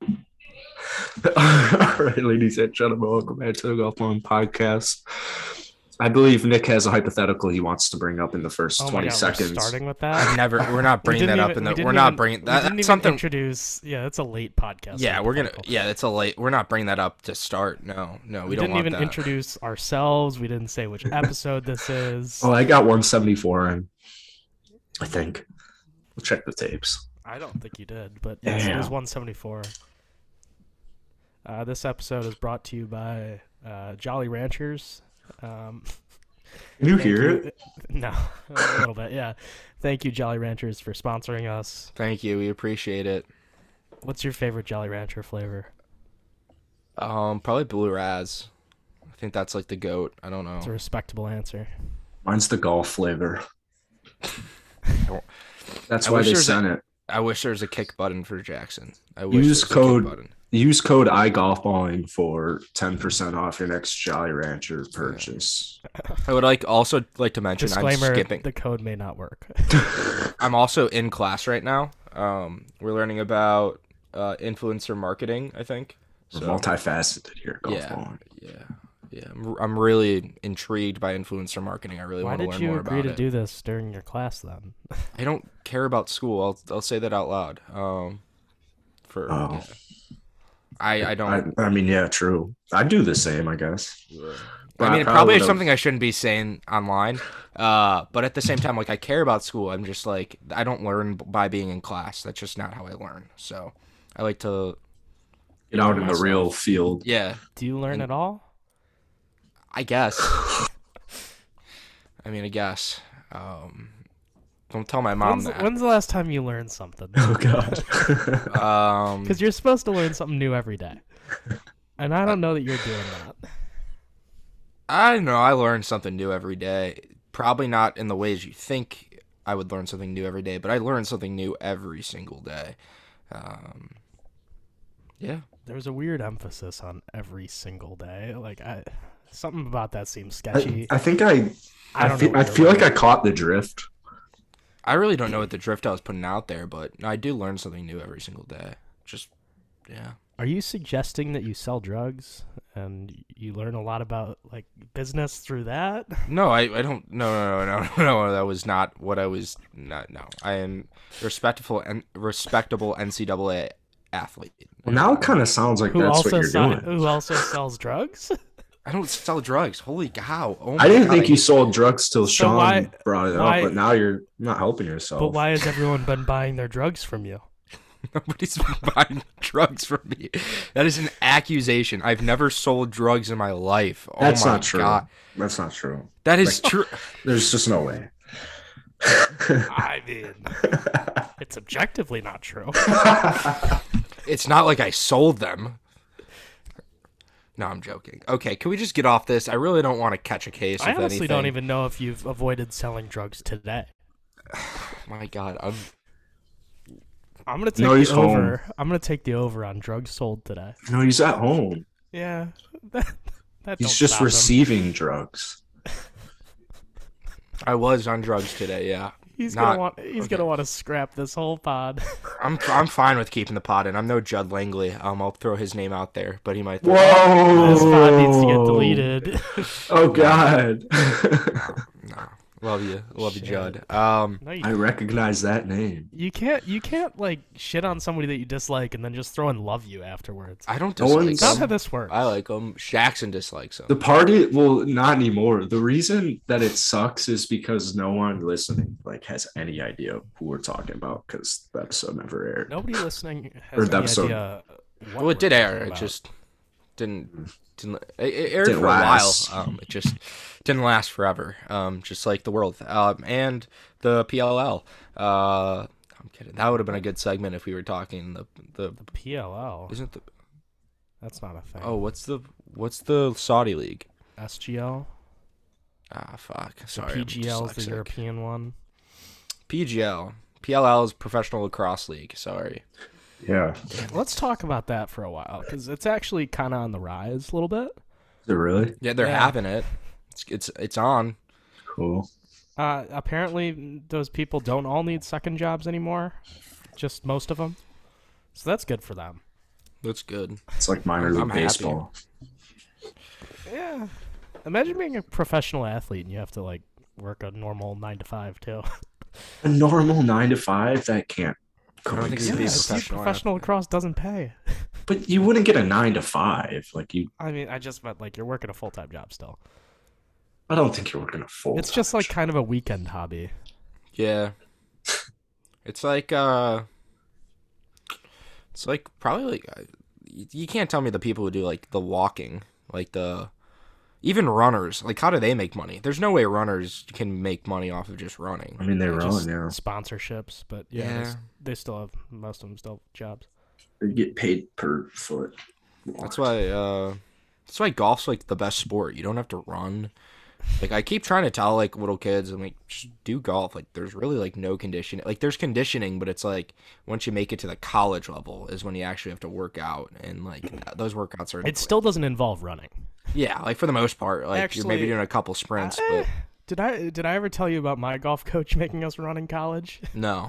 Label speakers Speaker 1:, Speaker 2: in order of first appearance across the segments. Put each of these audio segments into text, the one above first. Speaker 1: All right, ladies and gentlemen, welcome back to the Golf One podcast. I believe Nick has a hypothetical he wants to bring up in the first
Speaker 2: Oh my
Speaker 1: 20
Speaker 2: God,
Speaker 1: seconds.
Speaker 2: We're starting with
Speaker 3: I've
Speaker 2: that.
Speaker 3: never. We're not
Speaker 2: We
Speaker 3: bringing
Speaker 2: didn't
Speaker 3: that up
Speaker 2: even-
Speaker 3: in the.
Speaker 2: we
Speaker 3: We
Speaker 2: didn't
Speaker 3: are
Speaker 2: even-
Speaker 3: not bringing
Speaker 2: we didn't
Speaker 3: that. That's
Speaker 2: even
Speaker 3: something.
Speaker 2: Introduce. Yeah, that's a late podcast.
Speaker 3: Yeah, we're gonna.
Speaker 2: hypothetical.
Speaker 3: Yeah, it's a late. We're not bringing that up to start. No, no, we,
Speaker 2: we
Speaker 3: don't
Speaker 2: didn't
Speaker 3: want
Speaker 2: even
Speaker 3: that.
Speaker 2: introduce ourselves. We didn't say which episode this is.
Speaker 1: Oh, I got 174 in, I think. We'll check the tapes.
Speaker 2: I don't think you did, but yes, it
Speaker 1: Damn.
Speaker 2: is 174. Uh, this episode is brought to you by uh, Jolly Ranchers. Um,
Speaker 1: Can you
Speaker 2: thank
Speaker 1: hear
Speaker 2: you-
Speaker 1: it?
Speaker 2: No, a little bit. Yeah, thank you, Jolly Ranchers, for sponsoring us.
Speaker 3: Thank you. We appreciate it.
Speaker 2: What's your favorite Jolly Rancher flavor?
Speaker 3: Um, probably Blue Raz. I think that's like the goat. I don't know.
Speaker 2: It's a respectable answer.
Speaker 1: Mine's the golf flavor. That's
Speaker 3: I
Speaker 1: why
Speaker 3: wish
Speaker 1: they
Speaker 3: there's a-
Speaker 1: sent it.
Speaker 3: I wish there was a kick button for Jackson. I wish there
Speaker 1: Use
Speaker 3: was a kick
Speaker 1: code-
Speaker 3: button.
Speaker 1: Use code iGolfBalling for 10% off your next Jolly Rancher purchase.
Speaker 3: I would like also like to mention I'm
Speaker 2: Disclaimer:
Speaker 3: skipping.
Speaker 2: the code may not work.
Speaker 3: I'm also in class right now. Um, we're learning about uh, influencer marketing. I think.
Speaker 1: We're
Speaker 3: So
Speaker 1: multifaceted here, golf
Speaker 3: Yeah.
Speaker 1: balling.
Speaker 3: yeah, yeah. I'm, I'm really intrigued by influencer marketing. I really
Speaker 2: Why
Speaker 3: want to
Speaker 2: did
Speaker 3: learn
Speaker 2: you
Speaker 3: more
Speaker 2: agree
Speaker 3: about
Speaker 2: to
Speaker 3: it.
Speaker 2: do this during your class then?
Speaker 3: I don't care about school. I'll I'll say that out loud. Um, for
Speaker 1: Oh.
Speaker 3: yeah. I I don't.
Speaker 1: I, I mean, yeah, true. I'd do the same, I guess.
Speaker 3: yeah.
Speaker 1: But
Speaker 3: I
Speaker 1: I
Speaker 3: mean,
Speaker 1: probably
Speaker 3: it probably is
Speaker 1: would've-
Speaker 3: something I shouldn't be saying online. Uh, but at the same time, like I care about school. I'm just like I don't learn by being in class. That's just not how I learn. So I like to
Speaker 1: Get out in the
Speaker 2: um,
Speaker 1: real field.
Speaker 3: yeah.
Speaker 2: Do you learn at all?
Speaker 3: I guess. I mean, I guess. Um, don't tell my mom
Speaker 2: When's,
Speaker 3: that.
Speaker 2: when's the last time you learned something?
Speaker 1: Oh, God.
Speaker 3: Um,
Speaker 2: Because you're supposed to learn something new every day, and I don't know that you're doing that.
Speaker 3: I don't know. I learn something new every day. Probably not in the ways you think I would learn something new every day, but I learn something new every single day. Um, yeah.
Speaker 2: There was a weird emphasis on every single day. Like I, something about that seems sketchy.
Speaker 1: I think I,
Speaker 2: I
Speaker 1: I,
Speaker 2: don't
Speaker 1: fe-
Speaker 2: know
Speaker 1: I
Speaker 2: what you're
Speaker 1: feel like I
Speaker 2: learning.
Speaker 1: caught the drift.
Speaker 3: I really don't know what the drift I was putting out there, but I do learn something new every single day. Just, yeah.
Speaker 2: Are you suggesting that you sell drugs and you learn a lot about like business through that?
Speaker 3: No, I, I don't. No, no, no, no, no. That was not what I was. Not, no. I am respectful and respectable NCAA athlete.
Speaker 1: Well, now it kind of sounds like
Speaker 2: Who
Speaker 1: that's what
Speaker 2: also
Speaker 1: you're
Speaker 2: sell-
Speaker 1: doing.
Speaker 2: who also sells drugs?
Speaker 3: I don't sell drugs. Holy cow! Oh my
Speaker 1: I didn't
Speaker 3: God,
Speaker 1: think you sold drugs till Sean
Speaker 2: why-
Speaker 1: brought it
Speaker 2: why-
Speaker 1: up, but now you're not helping yourself.
Speaker 2: But why has everyone been buying their drugs from you?
Speaker 3: Nobody's been buying drugs from me. That is an accusation. I've never sold drugs in my life. Oh
Speaker 1: That's
Speaker 3: my
Speaker 1: not true.
Speaker 3: God.
Speaker 1: That's not true.
Speaker 3: That is true.
Speaker 1: There's just no way.
Speaker 2: I mean, it's objectively not true.
Speaker 3: It's not like I sold them. No, I'm joking. Okay, can we just get off this? I really don't want to catch a case.
Speaker 2: I
Speaker 3: if
Speaker 2: honestly
Speaker 3: anything.
Speaker 2: don't even know if you've avoided selling drugs today.
Speaker 3: My God, I'm.
Speaker 2: I'm gonna take
Speaker 1: No, he's
Speaker 2: the
Speaker 1: home.
Speaker 2: over. I'm gonna take the over on drugs sold today.
Speaker 1: No, he's at home.
Speaker 2: Yeah, that, that
Speaker 1: He's
Speaker 2: don't
Speaker 1: just
Speaker 2: stop him.
Speaker 1: receiving drugs.
Speaker 3: I was on drugs today. Yeah,
Speaker 2: He's
Speaker 3: not-
Speaker 2: gonna want. He's gonna want to scrap this whole pod.
Speaker 3: I'm. I'm fine with keeping the pot in. I'm no Judd Langley. Um, I'll throw his name out there, but he might.
Speaker 1: Whoa!
Speaker 2: this pod needs to get deleted.
Speaker 1: Oh God!
Speaker 3: No, love you, love you,
Speaker 2: Shit.
Speaker 3: Judd. Um,
Speaker 2: no,
Speaker 1: I
Speaker 2: you,
Speaker 1: recognize that name.
Speaker 2: you can't. You can't like shit on somebody that you dislike and then just throw in love you afterwards.
Speaker 3: I don't
Speaker 1: No
Speaker 3: dislike
Speaker 1: one's-
Speaker 2: That's not how
Speaker 3: him.
Speaker 2: this works.
Speaker 3: I like him. Jackson dislikes him.
Speaker 1: The party, well, not anymore. The reason that it sucks is because no one listening like has any idea who we're talking about because the episode never aired.
Speaker 2: Nobody listening
Speaker 1: Or
Speaker 2: has
Speaker 1: that
Speaker 2: any
Speaker 1: episode.
Speaker 2: idea. What
Speaker 3: Well, Oh, it
Speaker 2: we're
Speaker 3: did air.
Speaker 2: talking
Speaker 3: It
Speaker 2: about.
Speaker 3: just didn't didn't it, it aired
Speaker 1: Didn't
Speaker 3: for
Speaker 1: last.
Speaker 3: a while. Um, it just didn't last forever. Um, just like the world. Um, and the PLL. Uh, I'm kidding. That would have been a good segment if we were talking the the
Speaker 2: the PLL.
Speaker 3: isn't the
Speaker 2: That's not a thing.
Speaker 3: oh what's the what's the Saudi league?
Speaker 2: SGL.
Speaker 3: Ah fuck. Sorry. I'm
Speaker 2: PGL is the
Speaker 3: dyslexic.
Speaker 2: European one.
Speaker 3: PGL. PLL is Professional Lacrosse League. Sorry.
Speaker 1: Yeah,
Speaker 2: Let's talk about that for a while because it's actually kind of on the rise a little bit.
Speaker 1: is it really
Speaker 3: Yeah, they're
Speaker 2: Yeah.
Speaker 3: having it. It's it's it's on.
Speaker 1: cool?
Speaker 2: Uh, apparently, those people don't all need second jobs anymore, just most of them. So that's good for them.
Speaker 3: That's good.
Speaker 1: It's like minor
Speaker 3: I'm
Speaker 1: league
Speaker 3: happy.
Speaker 1: baseball.
Speaker 2: Yeah. Imagine being a professional athlete and you have to like work a normal nine to five too.
Speaker 1: A normal nine to five that can't
Speaker 3: I don't think
Speaker 1: coexist.
Speaker 3: it'd be a
Speaker 2: See,
Speaker 3: professional
Speaker 2: professional
Speaker 3: athlete.
Speaker 2: lacrosse doesn't pay.
Speaker 1: But you wouldn't get a nine to five. Like you,
Speaker 2: I mean, I just meant like you're working a full time job still.
Speaker 1: I don't think you're working a full.
Speaker 2: It's just like kind of a weekend hobby.
Speaker 3: Yeah. It's like uh it's like probably like I- y- you can't tell me the people who do like the walking, like the even runners, like how do they make money? There's no way runners can make money off of just running.
Speaker 1: I mean, they run.
Speaker 2: Just
Speaker 1: yeah,
Speaker 2: Sponsorships, but yeah, They, s-
Speaker 3: Yeah.
Speaker 2: they still have most of them still have jobs.
Speaker 1: they get paid per foot.
Speaker 3: That's why uh that's why golf's like the best sport. You don't have to run. Like I keep trying to tell like little kids, I'm like, just do golf. Like there's really like no conditioning. Like there's conditioning, but it's like once you make it to the college level is when you actually have to work out, and like th- those workouts are.
Speaker 2: It still doesn't involve running.
Speaker 3: Yeah, like for the most part, like you're maybe
Speaker 2: Actually,
Speaker 3: doing a couple sprints,
Speaker 2: Eh,
Speaker 3: but
Speaker 2: did I did I ever tell you about my golf coach making us run in college?
Speaker 3: no.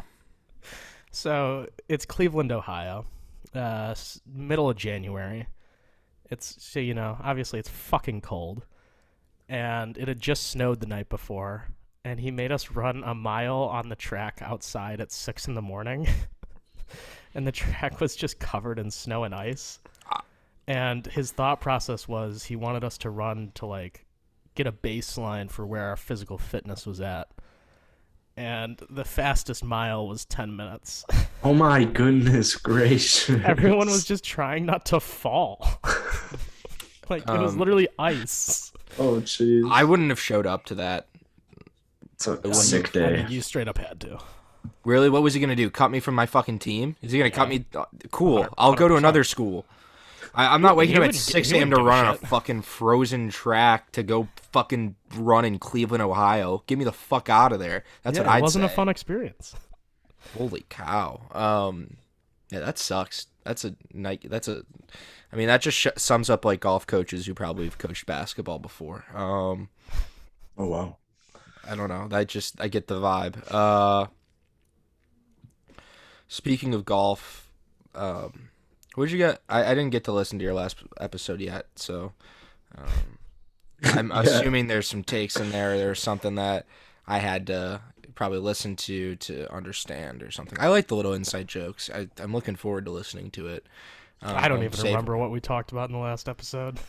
Speaker 2: So it's Cleveland, Ohio, uh, s- middle of January. It's so you know, obviously it's fucking cold, and it had just snowed the night before, and he made us run a mile on the track outside at six in the morning, and the track was just covered in snow and ice. And his thought process was he wanted us to run to like get a baseline for where our physical fitness was at. And the fastest mile was 10 minutes.
Speaker 1: Oh my goodness gracious!
Speaker 2: Everyone was just trying not to fall. like it was
Speaker 3: Um,
Speaker 2: literally ice.
Speaker 1: Oh jeez.
Speaker 3: I wouldn't have showed up to that.
Speaker 1: It's a sick
Speaker 2: I
Speaker 1: day.
Speaker 2: mean, you straight up had to.
Speaker 3: Really, what was he gonna do? Cut me from my fucking team? Is he gonna cut me? uh, Cool. I'll go to another school. I, I'm not waking
Speaker 2: he
Speaker 3: up at
Speaker 2: wouldn't gi-
Speaker 3: six
Speaker 2: he
Speaker 3: a.m. to
Speaker 2: wouldn't give
Speaker 3: run
Speaker 2: a
Speaker 3: on a fucking frozen track to go fucking run in Cleveland, Ohio. Get me the fuck out of there. That's what
Speaker 2: it
Speaker 3: I'd
Speaker 2: wasn't
Speaker 3: say.
Speaker 2: a fun experience.
Speaker 3: Holy cow. Um, yeah, that sucks. That's a night. That's a. I mean, that just sh- sums up like golf coaches who probably have coached basketball before. Um,
Speaker 1: Oh wow.
Speaker 3: I don't know. I just I get the vibe. Uh, speaking of golf, um, what'd you get? I, I didn't get to listen to your last episode yet, so um, I'm
Speaker 1: Yeah.
Speaker 3: assuming there's some takes in there. There's something that I had to probably listen to to understand or something. I like the little inside jokes. I, I'm looking forward to listening to it. Um,
Speaker 2: I don't even
Speaker 3: save-
Speaker 2: remember what we talked about in the last episode.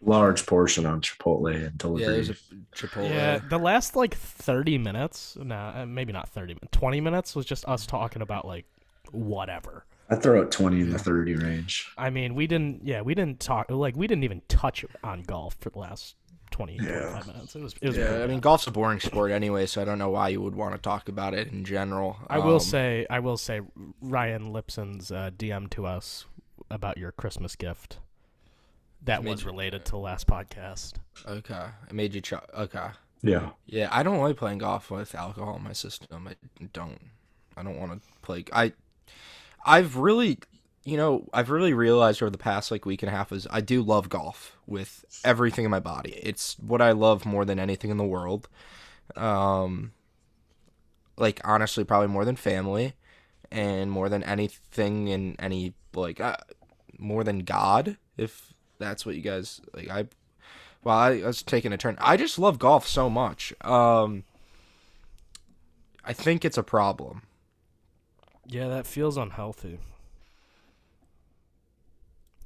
Speaker 1: Large portion on Chipotle and
Speaker 3: Yeah,
Speaker 1: delivery.
Speaker 3: there's a Chipotle.
Speaker 2: Yeah, the last like 30 minutes, nah, uh, maybe not 30, min- 20 minutes was just us talking about like whatever.
Speaker 1: I throw out twenty in the thirty range.
Speaker 2: I mean, we didn't, yeah, we didn't talk, like, we didn't even touch on golf for the last 20, 25 minutes. It was, it was,
Speaker 3: Yeah, I mean, golf's a boring sport anyway, so I don't know why you would want to talk about it in general.
Speaker 2: I will
Speaker 3: Um,
Speaker 2: say, I will say, Ryan Lipson's uh, DM to us about your Christmas gift. That was related to the last podcast.
Speaker 3: Okay, it made you chuck. Okay,
Speaker 1: Yeah.
Speaker 3: yeah, I don't like playing golf with alcohol in my system. I don't. I don't want to play. I, I've really, you know, I've really realized over the past like week and a half is I do love golf with everything in my body. It's what I love more than anything in the world. Um, like honestly, probably more than family, and more than anything in any like, uh, more than God, if that's what you guys like. I Well, I, I was taking a turn. I just love golf so much. Um, I think it's a problem.
Speaker 2: Yeah, that feels unhealthy.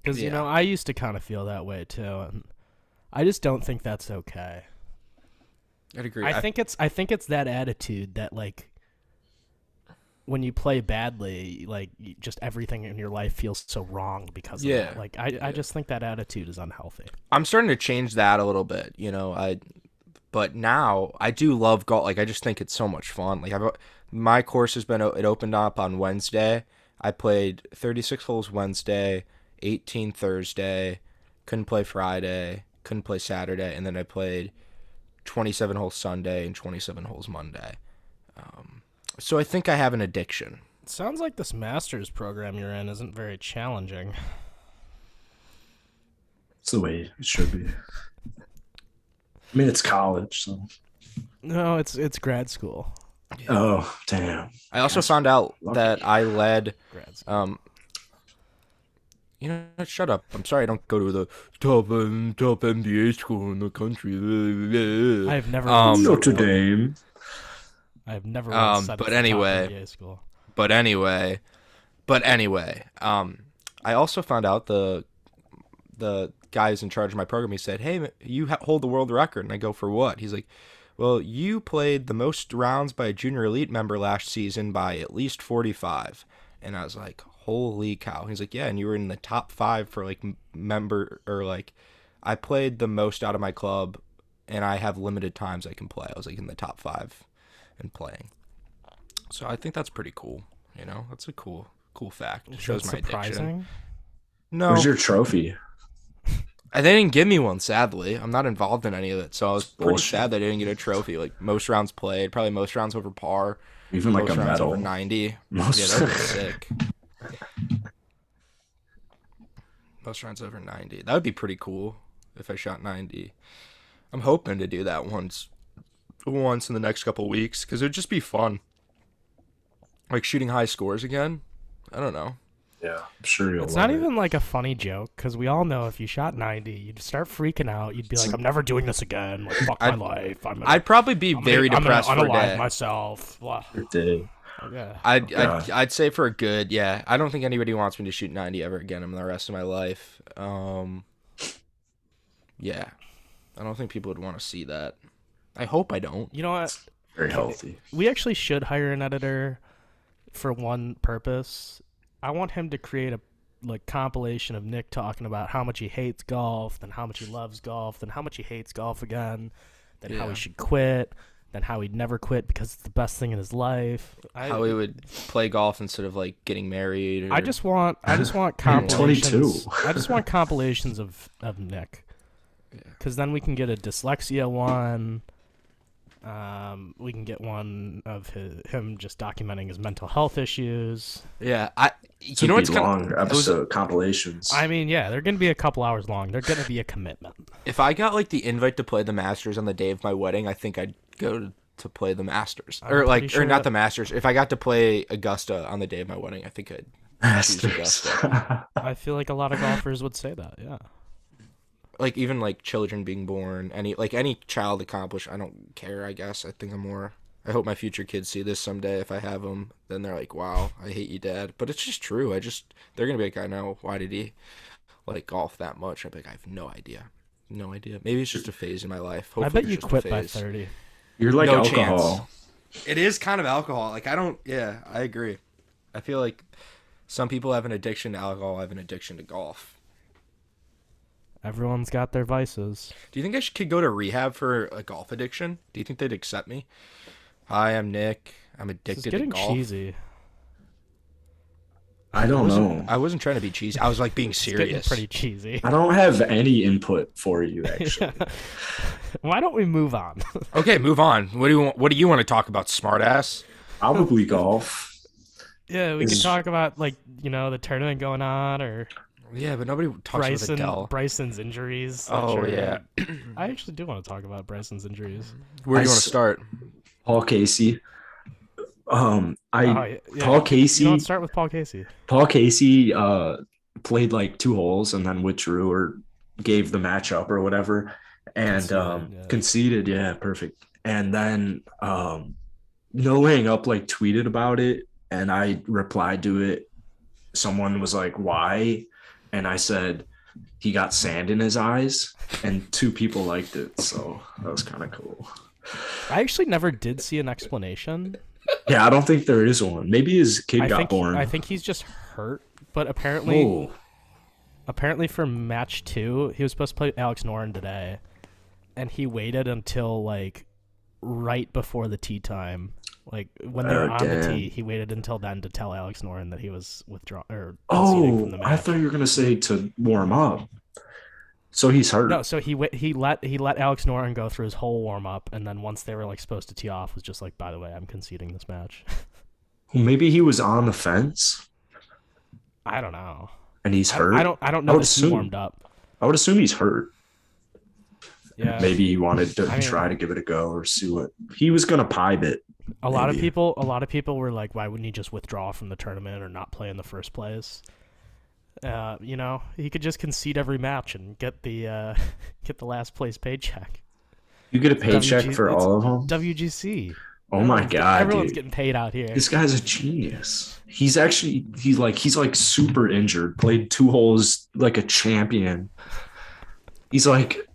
Speaker 2: Because you
Speaker 3: Yeah.
Speaker 2: know, I used to kind of feel that way too, and I just don't think that's okay.
Speaker 3: I'd agree.
Speaker 2: I think it's I think it's that attitude that like when you play badly, like you- just everything in your life feels so wrong because
Speaker 3: Yeah.
Speaker 2: of that. Like I, I just think that attitude is unhealthy.
Speaker 3: I'm starting to change that a little bit. You know, I. But now I do love golf. Like I just think it's so much fun. Like I've my course has been o- it opened up on Wednesday. I played 36 holes Wednesday, 18 Thursday, couldn't play Friday, couldn't play Saturday, and then I played 27 holes Sunday and 27 holes Monday. Um, so I think I have an addiction.
Speaker 2: Sounds like this master's program you're in isn't very challenging.
Speaker 1: It's the way it should be. I mean, it's college, so.
Speaker 2: No, it's it's grad school.
Speaker 1: Oh, damn.
Speaker 3: I also found out
Speaker 1: lucky.
Speaker 3: that I led
Speaker 2: Grad school.
Speaker 3: um You know, shut up. I'm sorry I don't go to the top um, top NBA school in the country.
Speaker 2: I have never.
Speaker 3: Um,
Speaker 2: once said
Speaker 1: Notre
Speaker 2: that.
Speaker 1: Dame.
Speaker 2: I have never. once
Speaker 3: Um,
Speaker 2: said it's
Speaker 3: but
Speaker 2: a top
Speaker 3: anyway.
Speaker 2: NBA school.
Speaker 3: But anyway, but anyway, um, I also found out the the guy who's in charge of my program. He said, "Hey, you ha- hold the world record," and I go, "For what?" He's like, "Well, you played the most rounds by a junior elite member last season by at least forty-five," and I was like, "Holy cow!" He's like, "Yeah, and you were in the top five for like m- member or like I played the most out of my club." And I have limited times I can play. I was like in the top five and playing. So I think that's pretty cool. You know, that's a cool, cool fact. It
Speaker 2: Is
Speaker 3: shows
Speaker 2: that
Speaker 3: my addiction.
Speaker 2: surprising.
Speaker 3: No,
Speaker 1: Where's your trophy?
Speaker 3: and they didn't give me one. Sadly, I'm not involved in any of it, so I was pretty
Speaker 1: Bullshit.
Speaker 3: sad they didn't get a trophy. Like most rounds played, probably most rounds over par,
Speaker 1: Even like
Speaker 3: most
Speaker 1: a
Speaker 3: rounds over
Speaker 1: medal.
Speaker 3: ninety. Yeah,
Speaker 1: Most
Speaker 3: that would be sick. Most rounds over ninety. That would be pretty cool if I shot ninety. I'm hoping to do that once, once in the next couple weeks, because it would just be fun. Like shooting high scores again. I don't know.
Speaker 1: yeah, I'm sure you'll.
Speaker 2: It's not
Speaker 1: love it.
Speaker 2: even like a funny joke because we all know if you shot 90, you'd start freaking out. You'd be like, "I'm never doing this again. Like, fuck my
Speaker 3: I'd-
Speaker 2: life. I'm gonna,
Speaker 3: I'd probably be
Speaker 2: I'm
Speaker 3: very
Speaker 2: gonna,
Speaker 3: depressed
Speaker 2: I'm gonna
Speaker 3: for a
Speaker 2: unalive
Speaker 3: day.
Speaker 2: myself." Blah.
Speaker 1: Your day.
Speaker 2: Yeah.
Speaker 3: I'd, I'd,
Speaker 1: God.
Speaker 3: I'd say for a good, yeah. I don't think anybody wants me to shoot 90 ever again in the rest of my life. Um, yeah. I don't think people would want to see that. I hope I don't.
Speaker 2: You know what?
Speaker 1: Very healthy.
Speaker 2: We actually should hire an editor for one purpose. I want him to create a like compilation of Nick talking about how much he hates golf, then how much he loves golf, then how much he hates golf again, then how
Speaker 3: Yeah.
Speaker 2: he should quit, then how he'd never quit because it's the best thing in his life. I,
Speaker 3: How we would play golf instead of like getting married. Or,
Speaker 2: I just want I just want
Speaker 3: I'm
Speaker 2: compilations.
Speaker 1: 22.
Speaker 2: I just want compilations of of Nick. Cuz then we can get a dyslexia one. Um, we can get one of his, him just documenting his mental health issues.
Speaker 3: yeah. I you
Speaker 1: Could
Speaker 3: know
Speaker 1: be
Speaker 3: what's
Speaker 1: long
Speaker 3: kind of
Speaker 1: episode compilations.
Speaker 2: I mean, yeah, they're going to be a couple hours long. They're going to be a commitment.
Speaker 3: if I got like the invite to play the Masters on the day of my wedding, I think I'd go to, to play the Masters or
Speaker 2: I'm
Speaker 3: like
Speaker 2: pretty
Speaker 3: or
Speaker 2: sure
Speaker 3: not
Speaker 2: that-
Speaker 3: the Masters. If I got to play Augusta on the day of my wedding, I think I'd.
Speaker 1: Masters.
Speaker 2: I feel like a lot of golfers would say that. Yeah.
Speaker 3: like even like children being born any like any child accomplished i don't care i guess i think i'm more i hope my future kids see this someday if i have them then they're like wow i hate you dad but it's just true i just they're gonna be like i know why did he like golf that much i'm like i have no idea no idea maybe it's just a phase in my life Hopefully
Speaker 2: I bet
Speaker 3: it's
Speaker 2: you
Speaker 3: just a
Speaker 2: quit by
Speaker 3: phase.
Speaker 2: 30.
Speaker 1: You're like
Speaker 3: No
Speaker 1: alcohol.
Speaker 3: it is kind of alcohol like i don't yeah i agree i feel like some people have an addiction to alcohol i have an addiction to golf
Speaker 2: Everyone's got their vices.
Speaker 3: Do you think I should, could go to rehab for a golf addiction? Do you think they'd accept me? Hi, I'm Nick. I'm
Speaker 2: It's
Speaker 3: addicted to
Speaker 2: getting
Speaker 3: golf.
Speaker 2: cheesy.
Speaker 1: I don't know.
Speaker 3: I wasn't trying to be cheesy. I was like being
Speaker 2: It's getting
Speaker 3: serious.
Speaker 2: pretty cheesy.
Speaker 1: I don't have any input for you actually.
Speaker 2: Why don't we move on?
Speaker 3: Okay, move on. What do you want, what do you want to talk about, smartass?
Speaker 1: Probably golf.
Speaker 2: Yeah, we could
Speaker 1: Is-
Speaker 2: talk about like you know the tournament going on or
Speaker 3: Yeah, but nobody talks
Speaker 2: Bryson
Speaker 3: about Adele.
Speaker 2: Bryson's injuries. that
Speaker 3: Oh
Speaker 2: are-
Speaker 3: yeah.
Speaker 2: I actually do want to talk about Bryson's injuries.
Speaker 3: Where
Speaker 1: I
Speaker 3: do you want
Speaker 1: s-
Speaker 3: to start?
Speaker 1: Paul Casey. Um, I
Speaker 2: Oh, yeah, yeah.
Speaker 1: Paul Casey.
Speaker 2: You don't start with Paul Casey.
Speaker 1: Paul Casey uh, played like two holes and then withdrew or gave the matchup or whatever and
Speaker 2: Conceded,
Speaker 1: um,
Speaker 2: yeah.
Speaker 1: conceded. Yeah, perfect. And then um, No Hang Up like tweeted about it and I replied to it. Someone was like, why? And I said, he got sand in his eyes and two people liked it. So that was kind of cool.
Speaker 2: I actually never did see an explanation.
Speaker 1: Yeah, I don't think there is one. Maybe his kid
Speaker 2: I
Speaker 1: got
Speaker 2: think
Speaker 1: born.
Speaker 2: I think he's just hurt. But apparently,
Speaker 1: Whoa.
Speaker 2: apparently for match two, he was supposed to play Alex Noren today, and he waited until like right before the tea time. Like when they were
Speaker 1: Oh,
Speaker 2: on the
Speaker 1: damn.
Speaker 2: tee, he waited until then to tell Alex Noren that he was withdrawn or conceding from
Speaker 1: Oh,
Speaker 2: the
Speaker 1: I
Speaker 2: match.
Speaker 1: thought you were gonna say to warm up. So he's hurt.
Speaker 2: No, so he wait, he let he let Alex Noren go through his whole warm up, and then once they were like supposed to tee off, was just like, by the way, I'm conceding this match.
Speaker 1: Maybe he was on the fence
Speaker 2: I don't know.
Speaker 1: and he's
Speaker 2: I,
Speaker 1: hurt.
Speaker 2: I don't I don't
Speaker 1: I
Speaker 2: know
Speaker 1: would
Speaker 2: if he
Speaker 1: assume.
Speaker 2: warmed up.
Speaker 1: I would assume he's hurt.
Speaker 2: Yeah,
Speaker 1: Maybe he wanted to
Speaker 2: I mean-
Speaker 1: try to give it a go or see what he was gonna pipe it.
Speaker 2: a lot of
Speaker 1: maybe.
Speaker 2: people a lot of people were like, why wouldn't he just withdraw from the tournament or not play in the first place? Uh, you know, he could just concede every match and get the uh, get the last place paycheck.
Speaker 1: You get a paycheck
Speaker 2: WG
Speaker 1: for
Speaker 2: it's
Speaker 1: all of them.
Speaker 2: WGC.
Speaker 1: oh my
Speaker 2: Everyone's get-
Speaker 1: god,
Speaker 2: everyone's
Speaker 1: dude.
Speaker 2: getting paid out here.
Speaker 1: This guy's a genius. He's actually he's like he's like super injured. Played two holes like a champion. He's like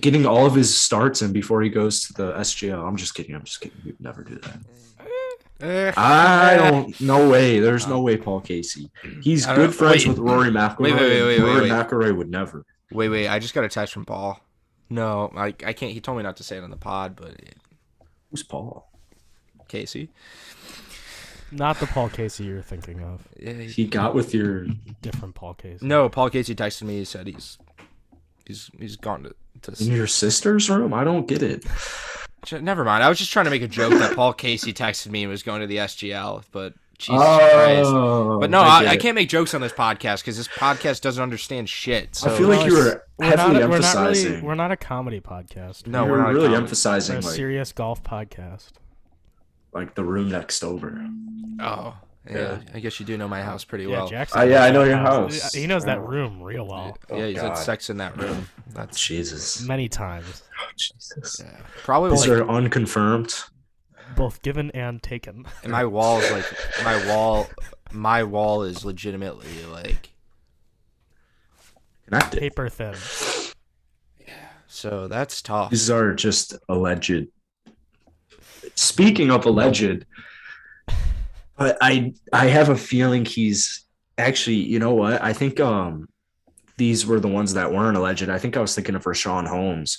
Speaker 1: getting all of his starts in before he goes to the SGL. I'm just kidding. I'm just kidding. You'd never do that.
Speaker 3: Eh,
Speaker 1: I don't. No way. There's no way. Paul Casey. He's
Speaker 3: Uh, I
Speaker 1: good
Speaker 3: don't-
Speaker 1: friends with
Speaker 3: wait.
Speaker 1: Rory McIlroy.
Speaker 3: Wait, wait, wait, wait, wait,
Speaker 1: Rory
Speaker 3: wait.
Speaker 1: McIlroy would never.
Speaker 3: Wait, wait. I just got a text from Paul. No, I, I can't. He told me not to say it on the pod, but it,
Speaker 1: Who's Paul?
Speaker 3: Casey.
Speaker 2: Not the Paul Casey you're thinking of.
Speaker 3: Yeah, he-
Speaker 1: He got with your.
Speaker 2: Different Paul Casey.
Speaker 3: no, Paul Casey texted me. He said he's he's he's gone to.
Speaker 1: In
Speaker 3: to
Speaker 1: your sister's room? I don't get it.
Speaker 3: Ch- never mind. I was just trying to make a joke that Paul Casey texted me and was going to the SGL, but Jesus Christ. But no, I, I
Speaker 1: Oh, get it.
Speaker 3: can't make jokes on this podcast because this podcast doesn't understand shit. So
Speaker 1: I feel like you
Speaker 2: it's-
Speaker 1: were heavily
Speaker 2: not, We're not,
Speaker 1: emphasizing.
Speaker 2: really, we're not a comedy podcast.
Speaker 3: no,
Speaker 1: you
Speaker 3: we're
Speaker 1: were
Speaker 3: not a
Speaker 1: really
Speaker 3: comedy.
Speaker 2: We're a
Speaker 1: emphasizing like,
Speaker 2: serious golf podcast.
Speaker 1: like the room next over.
Speaker 3: Oh, yeah,
Speaker 1: Yeah.
Speaker 3: I guess you do know my house pretty
Speaker 2: Yeah,
Speaker 3: well.
Speaker 2: Jackson.
Speaker 1: Uh, yeah,
Speaker 2: knows
Speaker 1: I know
Speaker 2: that
Speaker 1: your house.
Speaker 2: He knows that
Speaker 1: Oh.
Speaker 2: room real well.
Speaker 3: yeah, he's had
Speaker 1: God.
Speaker 3: sex in that room. That's
Speaker 1: Jesus.
Speaker 2: Many times,
Speaker 1: Jesus.
Speaker 3: yeah. probably
Speaker 1: These
Speaker 3: like
Speaker 1: are unconfirmed.
Speaker 2: both given and taken.
Speaker 3: And my wall is like my wall my wall is legitimately like
Speaker 1: Connected.
Speaker 2: Paper thin.
Speaker 3: so that's tough
Speaker 1: These are just alleged. Speaking of alleged, but I I have a feeling he's actually, you know what? I think um these were the ones that weren't alleged. I think I was thinking of Rashawn Holmes.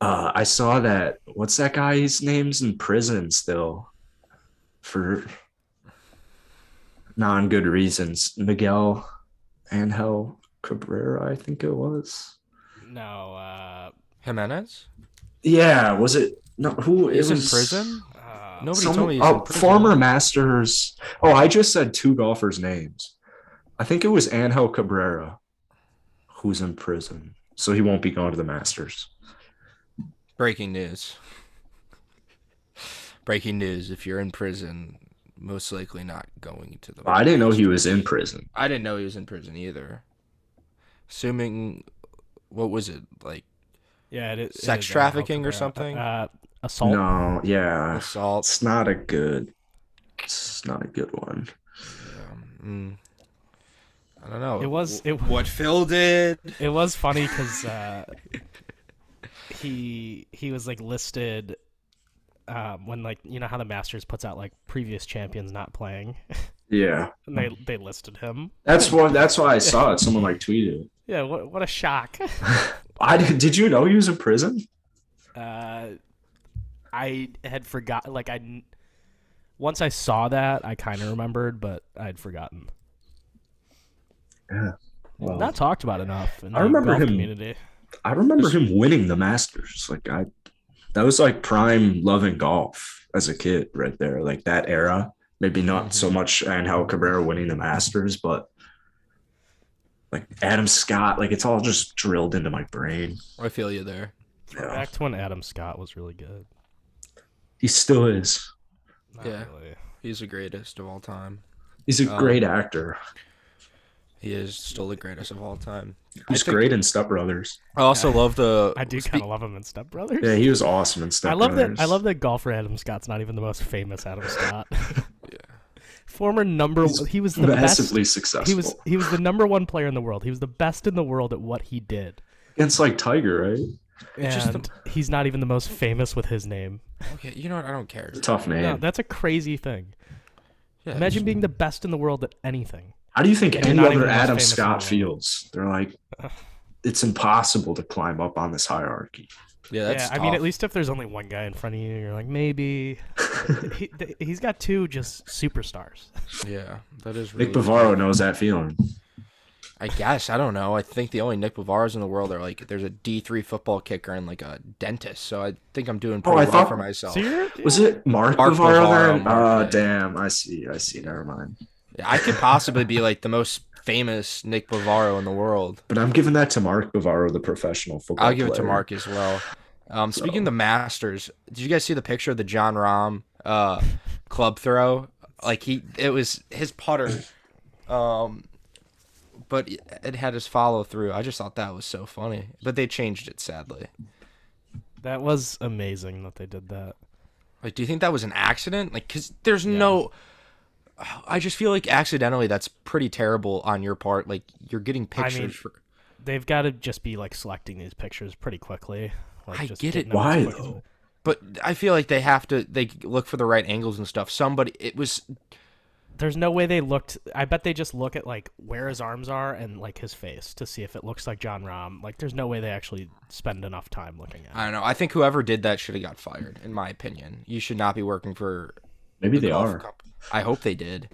Speaker 1: Uh, I saw that. What's that guy's name's in prison still for non good reasons? Miguel Angel Cabrera, I think it was.
Speaker 2: No, uh,
Speaker 3: Jimenez
Speaker 1: Yeah, was it? No, who it
Speaker 3: he's in
Speaker 1: was-
Speaker 3: prison
Speaker 2: uh,
Speaker 3: nobody
Speaker 1: Some-
Speaker 3: told me he's in
Speaker 1: oh,
Speaker 3: prison.
Speaker 1: former Masters. Oh, I just said two golfers' names. I think it was Angel Cabrera, who's in prison, so he won't be going to the Masters.
Speaker 3: breaking news breaking news if you're in prison most likely not going to the
Speaker 1: I didn't know he was in prison.
Speaker 3: I didn't know he was in prison either assuming what was it like
Speaker 2: yeah, it is. it
Speaker 3: Sex
Speaker 2: is
Speaker 3: trafficking or
Speaker 2: alcohol,
Speaker 3: something?
Speaker 2: Uh, assault.
Speaker 1: No, yeah,
Speaker 3: assault
Speaker 1: it's not a good. It's not a good one.
Speaker 3: um, mm. I don't know
Speaker 2: It was. It was.
Speaker 3: what Phil did
Speaker 2: It was funny because uh, he he was like listed um, when like you know how the Masters puts out like previous champions not playing,
Speaker 1: Yeah,
Speaker 2: and they they listed him.
Speaker 1: that's why. That's why I saw it. Someone like tweeted. it.
Speaker 2: Yeah, what what a shock.
Speaker 1: I did. Did you know he was in prison?
Speaker 2: uh, I had forgotten. Like I n- once I saw that, I kind of remembered, but I'd forgotten.
Speaker 1: Well,
Speaker 2: Not talked about enough. In
Speaker 1: I
Speaker 2: the
Speaker 1: remember
Speaker 2: golf
Speaker 1: him.
Speaker 2: Community.
Speaker 1: I remember him winning the Masters. Like I, that was like prime loving golf as a kid, right there. Like that era. Maybe not
Speaker 2: Mm-hmm.
Speaker 1: so much Angel Cabrera winning the Masters, but like Adam Scott. Like it's all just drilled into my brain.
Speaker 3: I feel you there
Speaker 1: Yeah.
Speaker 2: Back to when Adam Scott was really good.
Speaker 1: He still is.
Speaker 2: Not
Speaker 3: Yeah.
Speaker 2: really.
Speaker 3: he's the greatest of all time
Speaker 1: He's a
Speaker 2: Uh,
Speaker 3: Um,
Speaker 1: great actor.
Speaker 3: He is still the greatest of all time.
Speaker 1: He's
Speaker 3: think-
Speaker 1: great in Step Brothers.
Speaker 3: I also love the.
Speaker 2: I do
Speaker 3: spe-
Speaker 2: kind of love him in Step Brothers.
Speaker 1: Yeah, he was awesome in Step
Speaker 2: I love
Speaker 1: Brothers.
Speaker 2: that. I love that golfer Adam Scott's not even the most famous Adam Scott. Former number,
Speaker 1: He's
Speaker 2: he was the best.
Speaker 1: Massively successful.
Speaker 2: He was he was the number one player in the world. He was the best in the world at what he did,
Speaker 1: against like Tiger, right?
Speaker 2: and
Speaker 3: just the-
Speaker 2: he's not even the most famous with his name.
Speaker 3: Okay, you know what? I don't care.
Speaker 1: Tough name.
Speaker 2: No, that's a crazy thing.
Speaker 3: Yeah,
Speaker 2: Imagine being the best in the world at anything.
Speaker 1: How do you think
Speaker 2: And
Speaker 1: any
Speaker 2: not even
Speaker 1: other
Speaker 2: the most
Speaker 1: Adam
Speaker 2: famous in
Speaker 1: Scott
Speaker 2: the
Speaker 1: feels? They're like, it's impossible to climb up on this hierarchy.
Speaker 3: Yeah, that's.
Speaker 2: yeah, I mean, at least if there's only one guy in front of you, you're like maybe. he, th- he's got two just superstars.
Speaker 3: Yeah, that is. Really
Speaker 1: Nick Bavaro knows that feeling.
Speaker 3: I guess I don't know. I think the only Nick Bavaros in the world are like there's a D three football kicker and like a dentist. So I think I'm doing pretty
Speaker 1: Oh, I
Speaker 3: well
Speaker 1: thought-
Speaker 3: for myself.
Speaker 2: So you're
Speaker 1: Was it Mark,
Speaker 3: Mark
Speaker 1: Bavaro,
Speaker 3: Bavaro,
Speaker 1: then?
Speaker 3: Mark,
Speaker 1: oh,
Speaker 3: yeah.
Speaker 1: damn. I see. I see. Never mind.
Speaker 3: Yeah, I could possibly be like the most famous Nick Bavaro in the world.
Speaker 1: But I'm giving that to Mark Bavaro, the professional football
Speaker 3: I'll give it to
Speaker 1: player.
Speaker 3: Mark as well. Um, speaking of the Masters, did you guys see the picture of the John Rahm uh, club throw? Like he, it was his putter, um, but it had his follow through. I just thought that was so funny. But they changed it sadly.
Speaker 2: That was amazing that they did that.
Speaker 3: Like, do you think that was an accident? Like, cause there's no. I just feel like accidentally that's pretty terrible on your part. Like you're getting pictures
Speaker 2: mean,
Speaker 3: for.
Speaker 2: They've got to just be like selecting these pictures pretty quickly. Like,
Speaker 3: I
Speaker 2: just
Speaker 3: get
Speaker 2: getting
Speaker 3: it.
Speaker 2: them as
Speaker 1: Why,
Speaker 2: quick as-
Speaker 1: though?
Speaker 3: But I feel like they have to. They look for the right angles and stuff. Somebody. It was.
Speaker 2: There's no way they looked. I bet they just look at like where his arms are and like his face to see if it looks like John Rahm. Like, there's no way they actually spend enough time looking at. it.
Speaker 3: I don't know. I think whoever did that should have got fired. In my opinion, you should not be working for.
Speaker 1: Maybe
Speaker 3: the
Speaker 1: they
Speaker 3: golf
Speaker 1: are.
Speaker 3: company. I hope they did.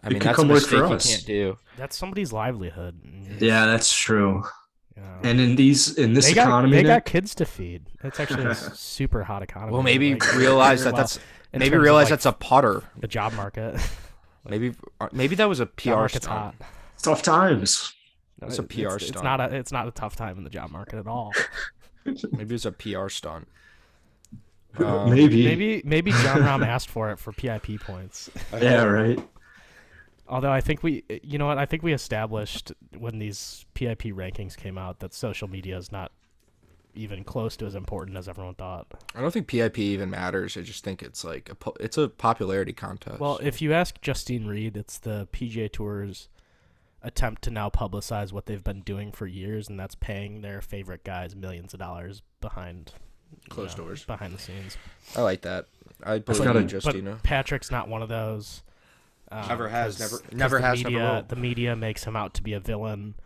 Speaker 3: I
Speaker 1: It
Speaker 3: mean,
Speaker 1: could
Speaker 3: that's a
Speaker 1: come work for
Speaker 3: mistake you
Speaker 1: us.
Speaker 3: can't do.
Speaker 2: That's somebody's livelihood.
Speaker 1: Yeah, that's true.
Speaker 2: You know.
Speaker 1: And in these in this
Speaker 2: they got,
Speaker 1: economy,
Speaker 2: they
Speaker 1: now-
Speaker 2: got kids to feed. That's actually a s- super hot economy.
Speaker 3: Well, maybe
Speaker 2: like,
Speaker 3: realize that
Speaker 2: well,
Speaker 3: that's.
Speaker 2: in
Speaker 3: Maybe
Speaker 2: terms of,
Speaker 3: realize
Speaker 2: like,
Speaker 3: that's a potter.
Speaker 2: the job market.
Speaker 3: Maybe uh, maybe that was a
Speaker 2: job
Speaker 3: PR
Speaker 2: market's hot.
Speaker 3: stunt.
Speaker 1: tough times.
Speaker 2: No,
Speaker 3: It's a
Speaker 2: it-
Speaker 3: PR
Speaker 2: it's,
Speaker 3: stunt.
Speaker 2: It's not a it's not a tough time in the job market at all.
Speaker 3: Maybe it's a PR stunt.
Speaker 1: maybe.
Speaker 2: Um, maybe maybe John Rahm asked for it for PIP points.
Speaker 1: Yeah, right.
Speaker 2: Although I think we you know what I think we established when these PIP rankings came out that social media is not even close to as important as everyone thought.
Speaker 3: I don't think PIP even matters. I just think it's like a po- it's a popularity contest.
Speaker 2: Well, if you ask Justine Reed, it's the PGA Tour's attempt to now publicize what they've been doing for years, and that's paying their favorite guys millions of dollars behind you
Speaker 3: Closed
Speaker 2: know,
Speaker 3: doors.
Speaker 2: behind the scenes.
Speaker 3: I like that. I believe
Speaker 1: gotta-
Speaker 3: you,
Speaker 1: but-
Speaker 2: But
Speaker 3: Justino.
Speaker 2: Patrick's not one of those. Um,
Speaker 3: Never has,
Speaker 2: 'cause-
Speaker 3: never-
Speaker 2: 'cause
Speaker 3: never
Speaker 2: the
Speaker 3: has, never
Speaker 2: Media,
Speaker 3: will.
Speaker 2: The media makes him out to be a villain,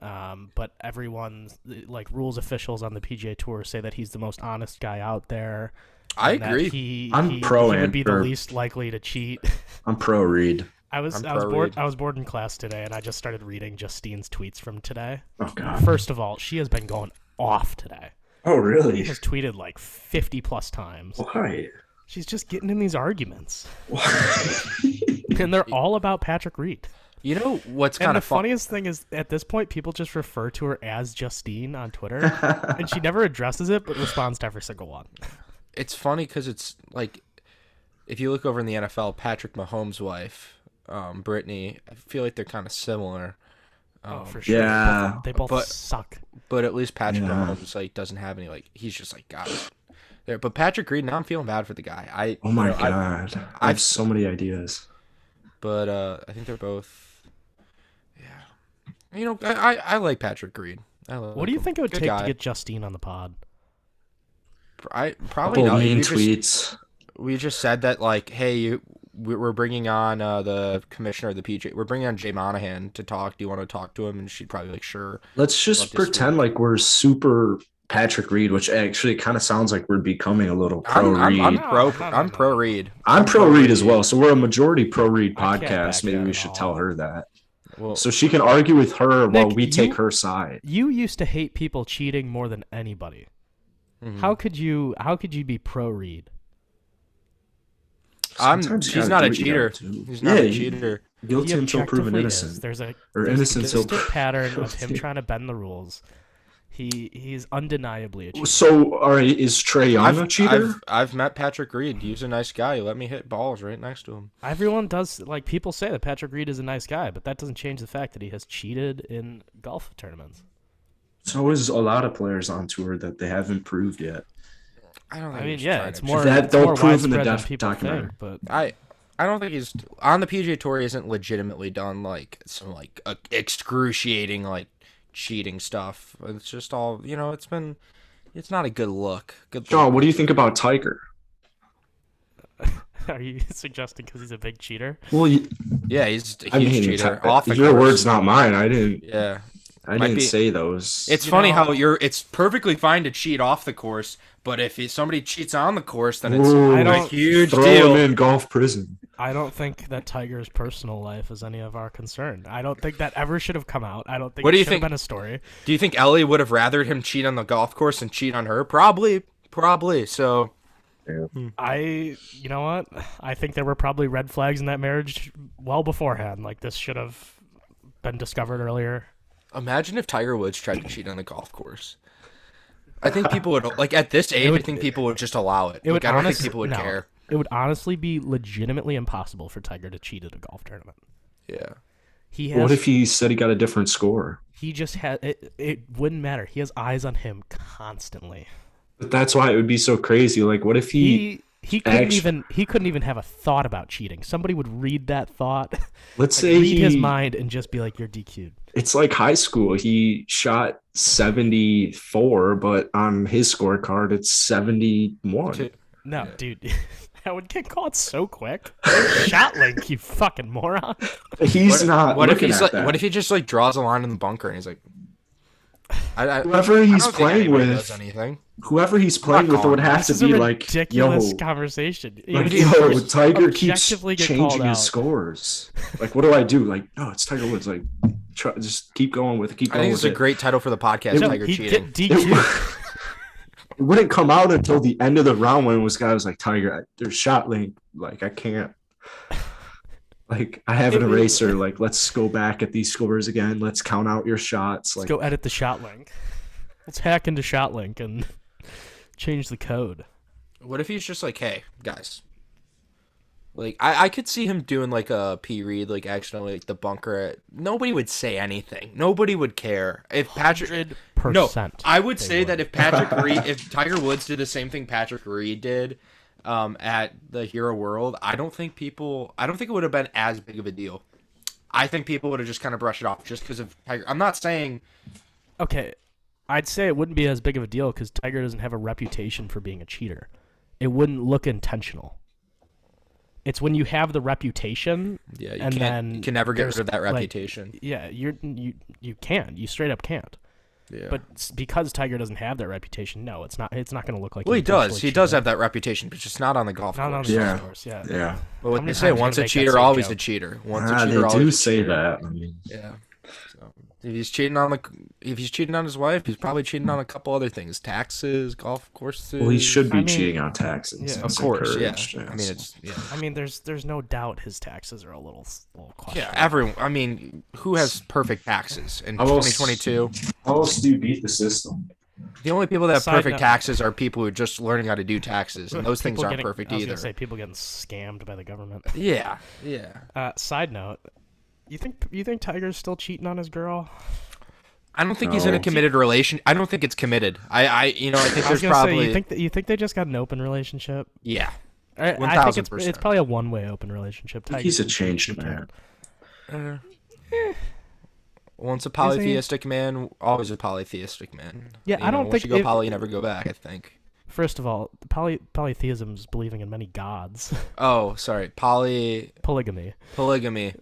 Speaker 2: um, but everyone, like rules officials on the PGA Tour, say that he's the most honest guy out there.
Speaker 3: I
Speaker 2: and that
Speaker 3: agree.
Speaker 2: He,
Speaker 1: I'm
Speaker 2: he,
Speaker 1: pro
Speaker 2: He would be the
Speaker 1: Amber.
Speaker 2: least likely to cheat.
Speaker 1: I'm pro read.
Speaker 2: I was
Speaker 3: I'm
Speaker 2: I was
Speaker 3: pro
Speaker 2: bored
Speaker 3: Reed.
Speaker 2: I was bored in class today and I just started reading Justine's tweets from today.
Speaker 1: Oh god.
Speaker 2: First of all, she has been going off today.
Speaker 1: Oh
Speaker 2: She
Speaker 1: really?
Speaker 2: has tweeted like 50 plus times.
Speaker 1: Why?
Speaker 2: She's just getting in these arguments
Speaker 1: Why?
Speaker 2: and they're all about Patrick Reed.
Speaker 3: You know what's
Speaker 2: And
Speaker 3: kind
Speaker 2: the
Speaker 3: of funny?
Speaker 2: funniest thing is at this point people just refer to her as Justine on Twitter and she never addresses it but responds to every single one.
Speaker 3: It's funny because it's like if you look over in the NFL, Patrick Mahomes' wife, um, Brittany. I feel like they're kind of similar,
Speaker 2: oh, for sure.
Speaker 1: yeah.
Speaker 2: They both
Speaker 3: But-
Speaker 2: suck.
Speaker 3: but at least Patrick
Speaker 1: Yeah.
Speaker 3: Mahomes like doesn't have any like he's just like God. There, but Patrick Reed. Now I'm feeling bad for the guy. I
Speaker 1: Oh my
Speaker 3: you know, I-
Speaker 1: god. I,
Speaker 3: I've-
Speaker 1: have so many ideas.
Speaker 3: but uh, I think they're both. Yeah, you know, I I, I like Patrick Reed. I like
Speaker 2: What do you
Speaker 3: him.
Speaker 2: think it would
Speaker 3: Good
Speaker 2: take
Speaker 3: guy.
Speaker 2: to get Justine on the pod?
Speaker 3: I probably
Speaker 1: Couple
Speaker 3: not.
Speaker 1: mean
Speaker 3: We just,
Speaker 1: tweets.
Speaker 3: we just said that like, hey, you, we- we're bringing on uh, the commissioner of the PJ. We're bringing on Jay Monahan to talk. Do you want to talk to him? And she'd probably be like, sure.
Speaker 1: Let's
Speaker 3: Love
Speaker 1: just
Speaker 3: this
Speaker 1: pretend like we're super Patrick Reed, which actually kind of sounds like we're becoming a little pro
Speaker 3: I'm, I'm,
Speaker 1: Reed.
Speaker 3: I'm
Speaker 1: I'm,
Speaker 3: pro.
Speaker 2: No, no,
Speaker 3: I'm
Speaker 2: no,
Speaker 3: pro
Speaker 2: no.
Speaker 3: Reed.
Speaker 1: pro Reed as well, so we're a majority pro Reed
Speaker 2: I can't back
Speaker 1: podcast. Maybe
Speaker 2: that
Speaker 1: we
Speaker 2: at
Speaker 1: should
Speaker 2: all.
Speaker 1: tell her that,
Speaker 3: Well,
Speaker 1: so she can argue with her while
Speaker 2: Nick,
Speaker 1: we take
Speaker 2: you-
Speaker 1: her side.
Speaker 2: You used to hate people cheating more than anybody.
Speaker 3: mhm.
Speaker 2: How could you? How could you be pro Reed?
Speaker 3: I'm.
Speaker 1: Sometimes you
Speaker 3: He's
Speaker 1: gotta
Speaker 3: not a
Speaker 1: do what you
Speaker 3: cheater.
Speaker 1: gotta do.
Speaker 3: He's not
Speaker 1: Yeah,
Speaker 3: a
Speaker 1: you-
Speaker 3: cheater.
Speaker 1: Guilty until proven innocent.
Speaker 2: There's a
Speaker 1: Or
Speaker 2: there's
Speaker 1: innocent
Speaker 2: a
Speaker 1: until
Speaker 2: consistent
Speaker 1: pro-
Speaker 2: pattern of him
Speaker 1: guilty.
Speaker 2: trying to bend the rules. He he's undeniably a cheater.
Speaker 1: So, all right, is Trey Young a cheater?
Speaker 3: I've, I've met Patrick Reed. He's a nice guy. He let me hit balls right next to him.
Speaker 2: Everyone does like people say that Patrick Reed is a nice guy, but that doesn't change the fact that he has cheated in golf tournaments.
Speaker 1: so is a lot of players on tour that they haven't proved yet.
Speaker 3: I don't think.
Speaker 2: I mean,
Speaker 3: he's
Speaker 2: yeah,
Speaker 3: trying
Speaker 2: it's
Speaker 3: to
Speaker 2: more
Speaker 1: That
Speaker 2: it's
Speaker 1: they'll
Speaker 2: more
Speaker 1: prove in the
Speaker 2: widespread than
Speaker 1: doc-
Speaker 2: people
Speaker 1: documentary.
Speaker 2: think. But
Speaker 3: I I don't think he's on the PGA Tour. He isn't legitimately done like some like uh, excruciating like cheating stuff. It's just all you know. It's been it's not a good look. Good
Speaker 1: John,
Speaker 3: look.
Speaker 1: what do you think about Tiger?
Speaker 2: are you suggesting because he's a big cheater?
Speaker 1: Well, you,
Speaker 3: Yeah, he's a huge
Speaker 1: I mean,
Speaker 3: cheater.
Speaker 1: Ti-
Speaker 3: Off the
Speaker 1: your
Speaker 3: course.
Speaker 1: words, not mine. I didn't.
Speaker 3: Yeah,
Speaker 1: I
Speaker 3: Might
Speaker 1: didn't
Speaker 3: be-
Speaker 1: say those.
Speaker 3: it's
Speaker 2: You
Speaker 3: funny
Speaker 2: know-
Speaker 3: how you're. It's perfectly fine to cheat off the course, but if it, somebody cheats on the course, then it's
Speaker 1: Ooh,
Speaker 2: I
Speaker 3: a
Speaker 2: don't-
Speaker 3: huge
Speaker 1: throw
Speaker 3: deal.
Speaker 1: him in golf prison.
Speaker 2: I don't think that Tiger's personal life is any of our concern. I don't think that ever should have come out. I don't think
Speaker 3: What
Speaker 2: it
Speaker 3: do you
Speaker 2: should have
Speaker 3: think-
Speaker 2: been a story.
Speaker 3: Do you think Ellie would have rathered him cheat on the golf course and cheat on her? Probably, probably. So
Speaker 2: I, you know what? I think there were probably red flags in that marriage well beforehand. Like this should have been discovered earlier.
Speaker 3: Imagine if Tiger Woods tried to cheat on a golf course. I think people would like at this age. I think people would just allow it.
Speaker 2: It
Speaker 3: like,
Speaker 2: would
Speaker 3: I don't
Speaker 2: honest-
Speaker 3: think people would
Speaker 2: no.
Speaker 3: care.
Speaker 2: It would honestly be legitimately impossible for Tiger to cheat at a golf tournament.
Speaker 3: Yeah,
Speaker 2: He has
Speaker 1: What if he said he got a different score?
Speaker 2: he just had it, it wouldn't matter. He has eyes on him constantly.
Speaker 1: But that's why it would be so crazy. Like, what if he?
Speaker 2: He he couldn't
Speaker 1: actu-
Speaker 2: even he couldn't even have a thought about cheating. Somebody would read that thought,
Speaker 1: let's say
Speaker 2: read
Speaker 1: he,
Speaker 2: his mind, and just be like, "You're DQ'd."
Speaker 1: It's like high school. He shot seventy four, but on his scorecard, it's seventy one.
Speaker 3: Two.
Speaker 2: No, dude, I would get caught so quick. Shot link, you fucking moron.
Speaker 1: He's
Speaker 3: What-
Speaker 1: not.
Speaker 3: What if
Speaker 1: looking
Speaker 3: he's
Speaker 1: at
Speaker 3: like?
Speaker 1: that.
Speaker 3: What if he just like draws a line in the bunker and he's like, I, I,
Speaker 1: whoever
Speaker 3: I
Speaker 1: he's
Speaker 3: don't think
Speaker 1: playing
Speaker 3: anybody
Speaker 1: with,
Speaker 3: does anything.
Speaker 1: whoever he's playing with,
Speaker 3: on,
Speaker 1: would have
Speaker 2: This
Speaker 1: to
Speaker 2: is a
Speaker 1: be like, yo,
Speaker 2: ridiculous conversation. You
Speaker 1: like,
Speaker 2: would just
Speaker 1: yo,
Speaker 2: first
Speaker 1: Tiger keeps
Speaker 2: objectively get
Speaker 1: changing
Speaker 2: called
Speaker 1: his
Speaker 2: out.
Speaker 1: scores. Like, what do I do? Like, no, it's Tiger Woods. Like, try, just keep going with it. Keep
Speaker 3: I
Speaker 1: going
Speaker 3: think
Speaker 1: with
Speaker 3: it's a
Speaker 1: it.
Speaker 3: great title for the podcast.
Speaker 2: No,
Speaker 3: Tiger
Speaker 2: he'd
Speaker 3: cheating.
Speaker 1: It,
Speaker 2: get DQ'd.
Speaker 1: w- it wouldn't come out until the end of the round when it was guy was like Tiger, I, there's shot link, like I can't. Like I have an
Speaker 2: It was-
Speaker 1: eraser. Like let's go back at these scores again. Let's count out your shots.
Speaker 2: Let's
Speaker 1: Like
Speaker 2: go edit the shot link. Let's hack into shot link and change the code.
Speaker 3: What if he's just like, hey, guys. Like I, I could see him doing like a P Reed, like accidentally like the bunker. at- Nobody would say anything. Nobody would care if Patrick. No,
Speaker 2: percent
Speaker 3: I would say that if Patrick Reed, if Tiger Woods did the same thing Patrick Reed did um, at the Hero World, I don't think people. I don't think it would have been as big of a deal. I think people would have just kind of brushed it off just because of Tiger. I'm not saying
Speaker 2: Okay, I'd say it wouldn't be as big of a deal because Tiger doesn't have a reputation for being a cheater. It wouldn't look intentional. It's when you have the reputation.
Speaker 3: Yeah, you
Speaker 2: and
Speaker 3: can't.
Speaker 2: then
Speaker 3: you can never get
Speaker 2: there's,
Speaker 3: rid of that
Speaker 2: like-
Speaker 3: reputation.
Speaker 2: Yeah, you're you you can't. You straight up can't.
Speaker 3: yeah,
Speaker 2: But s- because Tiger doesn't have that reputation, no, it's not. It's not going to look like.
Speaker 3: well, he does.
Speaker 2: intentionally
Speaker 3: He does
Speaker 2: cheated.
Speaker 3: have that reputation, but just not on the golf
Speaker 2: Not on
Speaker 3: course.
Speaker 2: the
Speaker 1: Yeah.
Speaker 2: golf course. Yeah.
Speaker 1: yeah,
Speaker 3: But
Speaker 2: How
Speaker 3: what
Speaker 2: many
Speaker 3: they
Speaker 2: times
Speaker 3: say,
Speaker 2: do you
Speaker 3: once
Speaker 2: make
Speaker 3: a
Speaker 2: that
Speaker 3: cheater,
Speaker 2: same
Speaker 3: always a
Speaker 2: joke?
Speaker 3: cheater. Once
Speaker 1: ah, they
Speaker 3: a cheater, always
Speaker 1: do
Speaker 3: a
Speaker 1: say
Speaker 3: cheater.
Speaker 1: that. I mean,
Speaker 3: Yeah. So if he's cheating on the, if he's cheating on his wife, he's probably cheating on a couple other things: taxes, golf courses.
Speaker 1: well, he should be
Speaker 2: I mean,
Speaker 1: cheating on taxes.
Speaker 2: yeah.
Speaker 1: It's
Speaker 3: Of course, yeah.
Speaker 1: encouraged,
Speaker 3: I mean, it's yeah.
Speaker 2: I mean, there's there's no doubt his taxes are a little s- little
Speaker 3: Yeah,
Speaker 2: questionable.
Speaker 3: everyone. I mean, who has perfect taxes in
Speaker 1: I will s-
Speaker 3: 2022?
Speaker 1: How else do you beat the system?
Speaker 3: The only people that have
Speaker 2: Side
Speaker 3: perfect
Speaker 2: note.
Speaker 3: taxes are people who are just learning how to do taxes, and those things
Speaker 2: People
Speaker 3: aren't
Speaker 2: getting-
Speaker 3: perfect
Speaker 2: I was
Speaker 3: either.
Speaker 2: Gonna say people getting scammed by the government.
Speaker 3: Yeah, yeah.
Speaker 2: Uh, side note, you think you think Tiger's still cheating on his girl?
Speaker 3: I don't think he's in a
Speaker 1: No.
Speaker 3: committed relation. I don't think it's committed. I, I, you know, I think
Speaker 2: I was
Speaker 3: there's
Speaker 2: gonna
Speaker 3: probably
Speaker 2: say you think that you think they just got an open relationship.
Speaker 3: yeah.
Speaker 2: I, I think it's,
Speaker 3: 1000%.
Speaker 2: it's probably a one way open relationship. Tiger,
Speaker 1: He's a changed man.
Speaker 3: Once a
Speaker 2: he?
Speaker 3: polytheistic man, always a polytheistic man.
Speaker 2: Yeah,
Speaker 3: You
Speaker 2: I
Speaker 3: know,
Speaker 2: don't
Speaker 3: once
Speaker 2: think
Speaker 3: you go
Speaker 2: if-
Speaker 3: poly, you never go back. I think.
Speaker 2: First of all, poly, polytheism is believing in many gods.
Speaker 3: Oh, sorry, poly
Speaker 2: Polygamy.
Speaker 3: polygamy.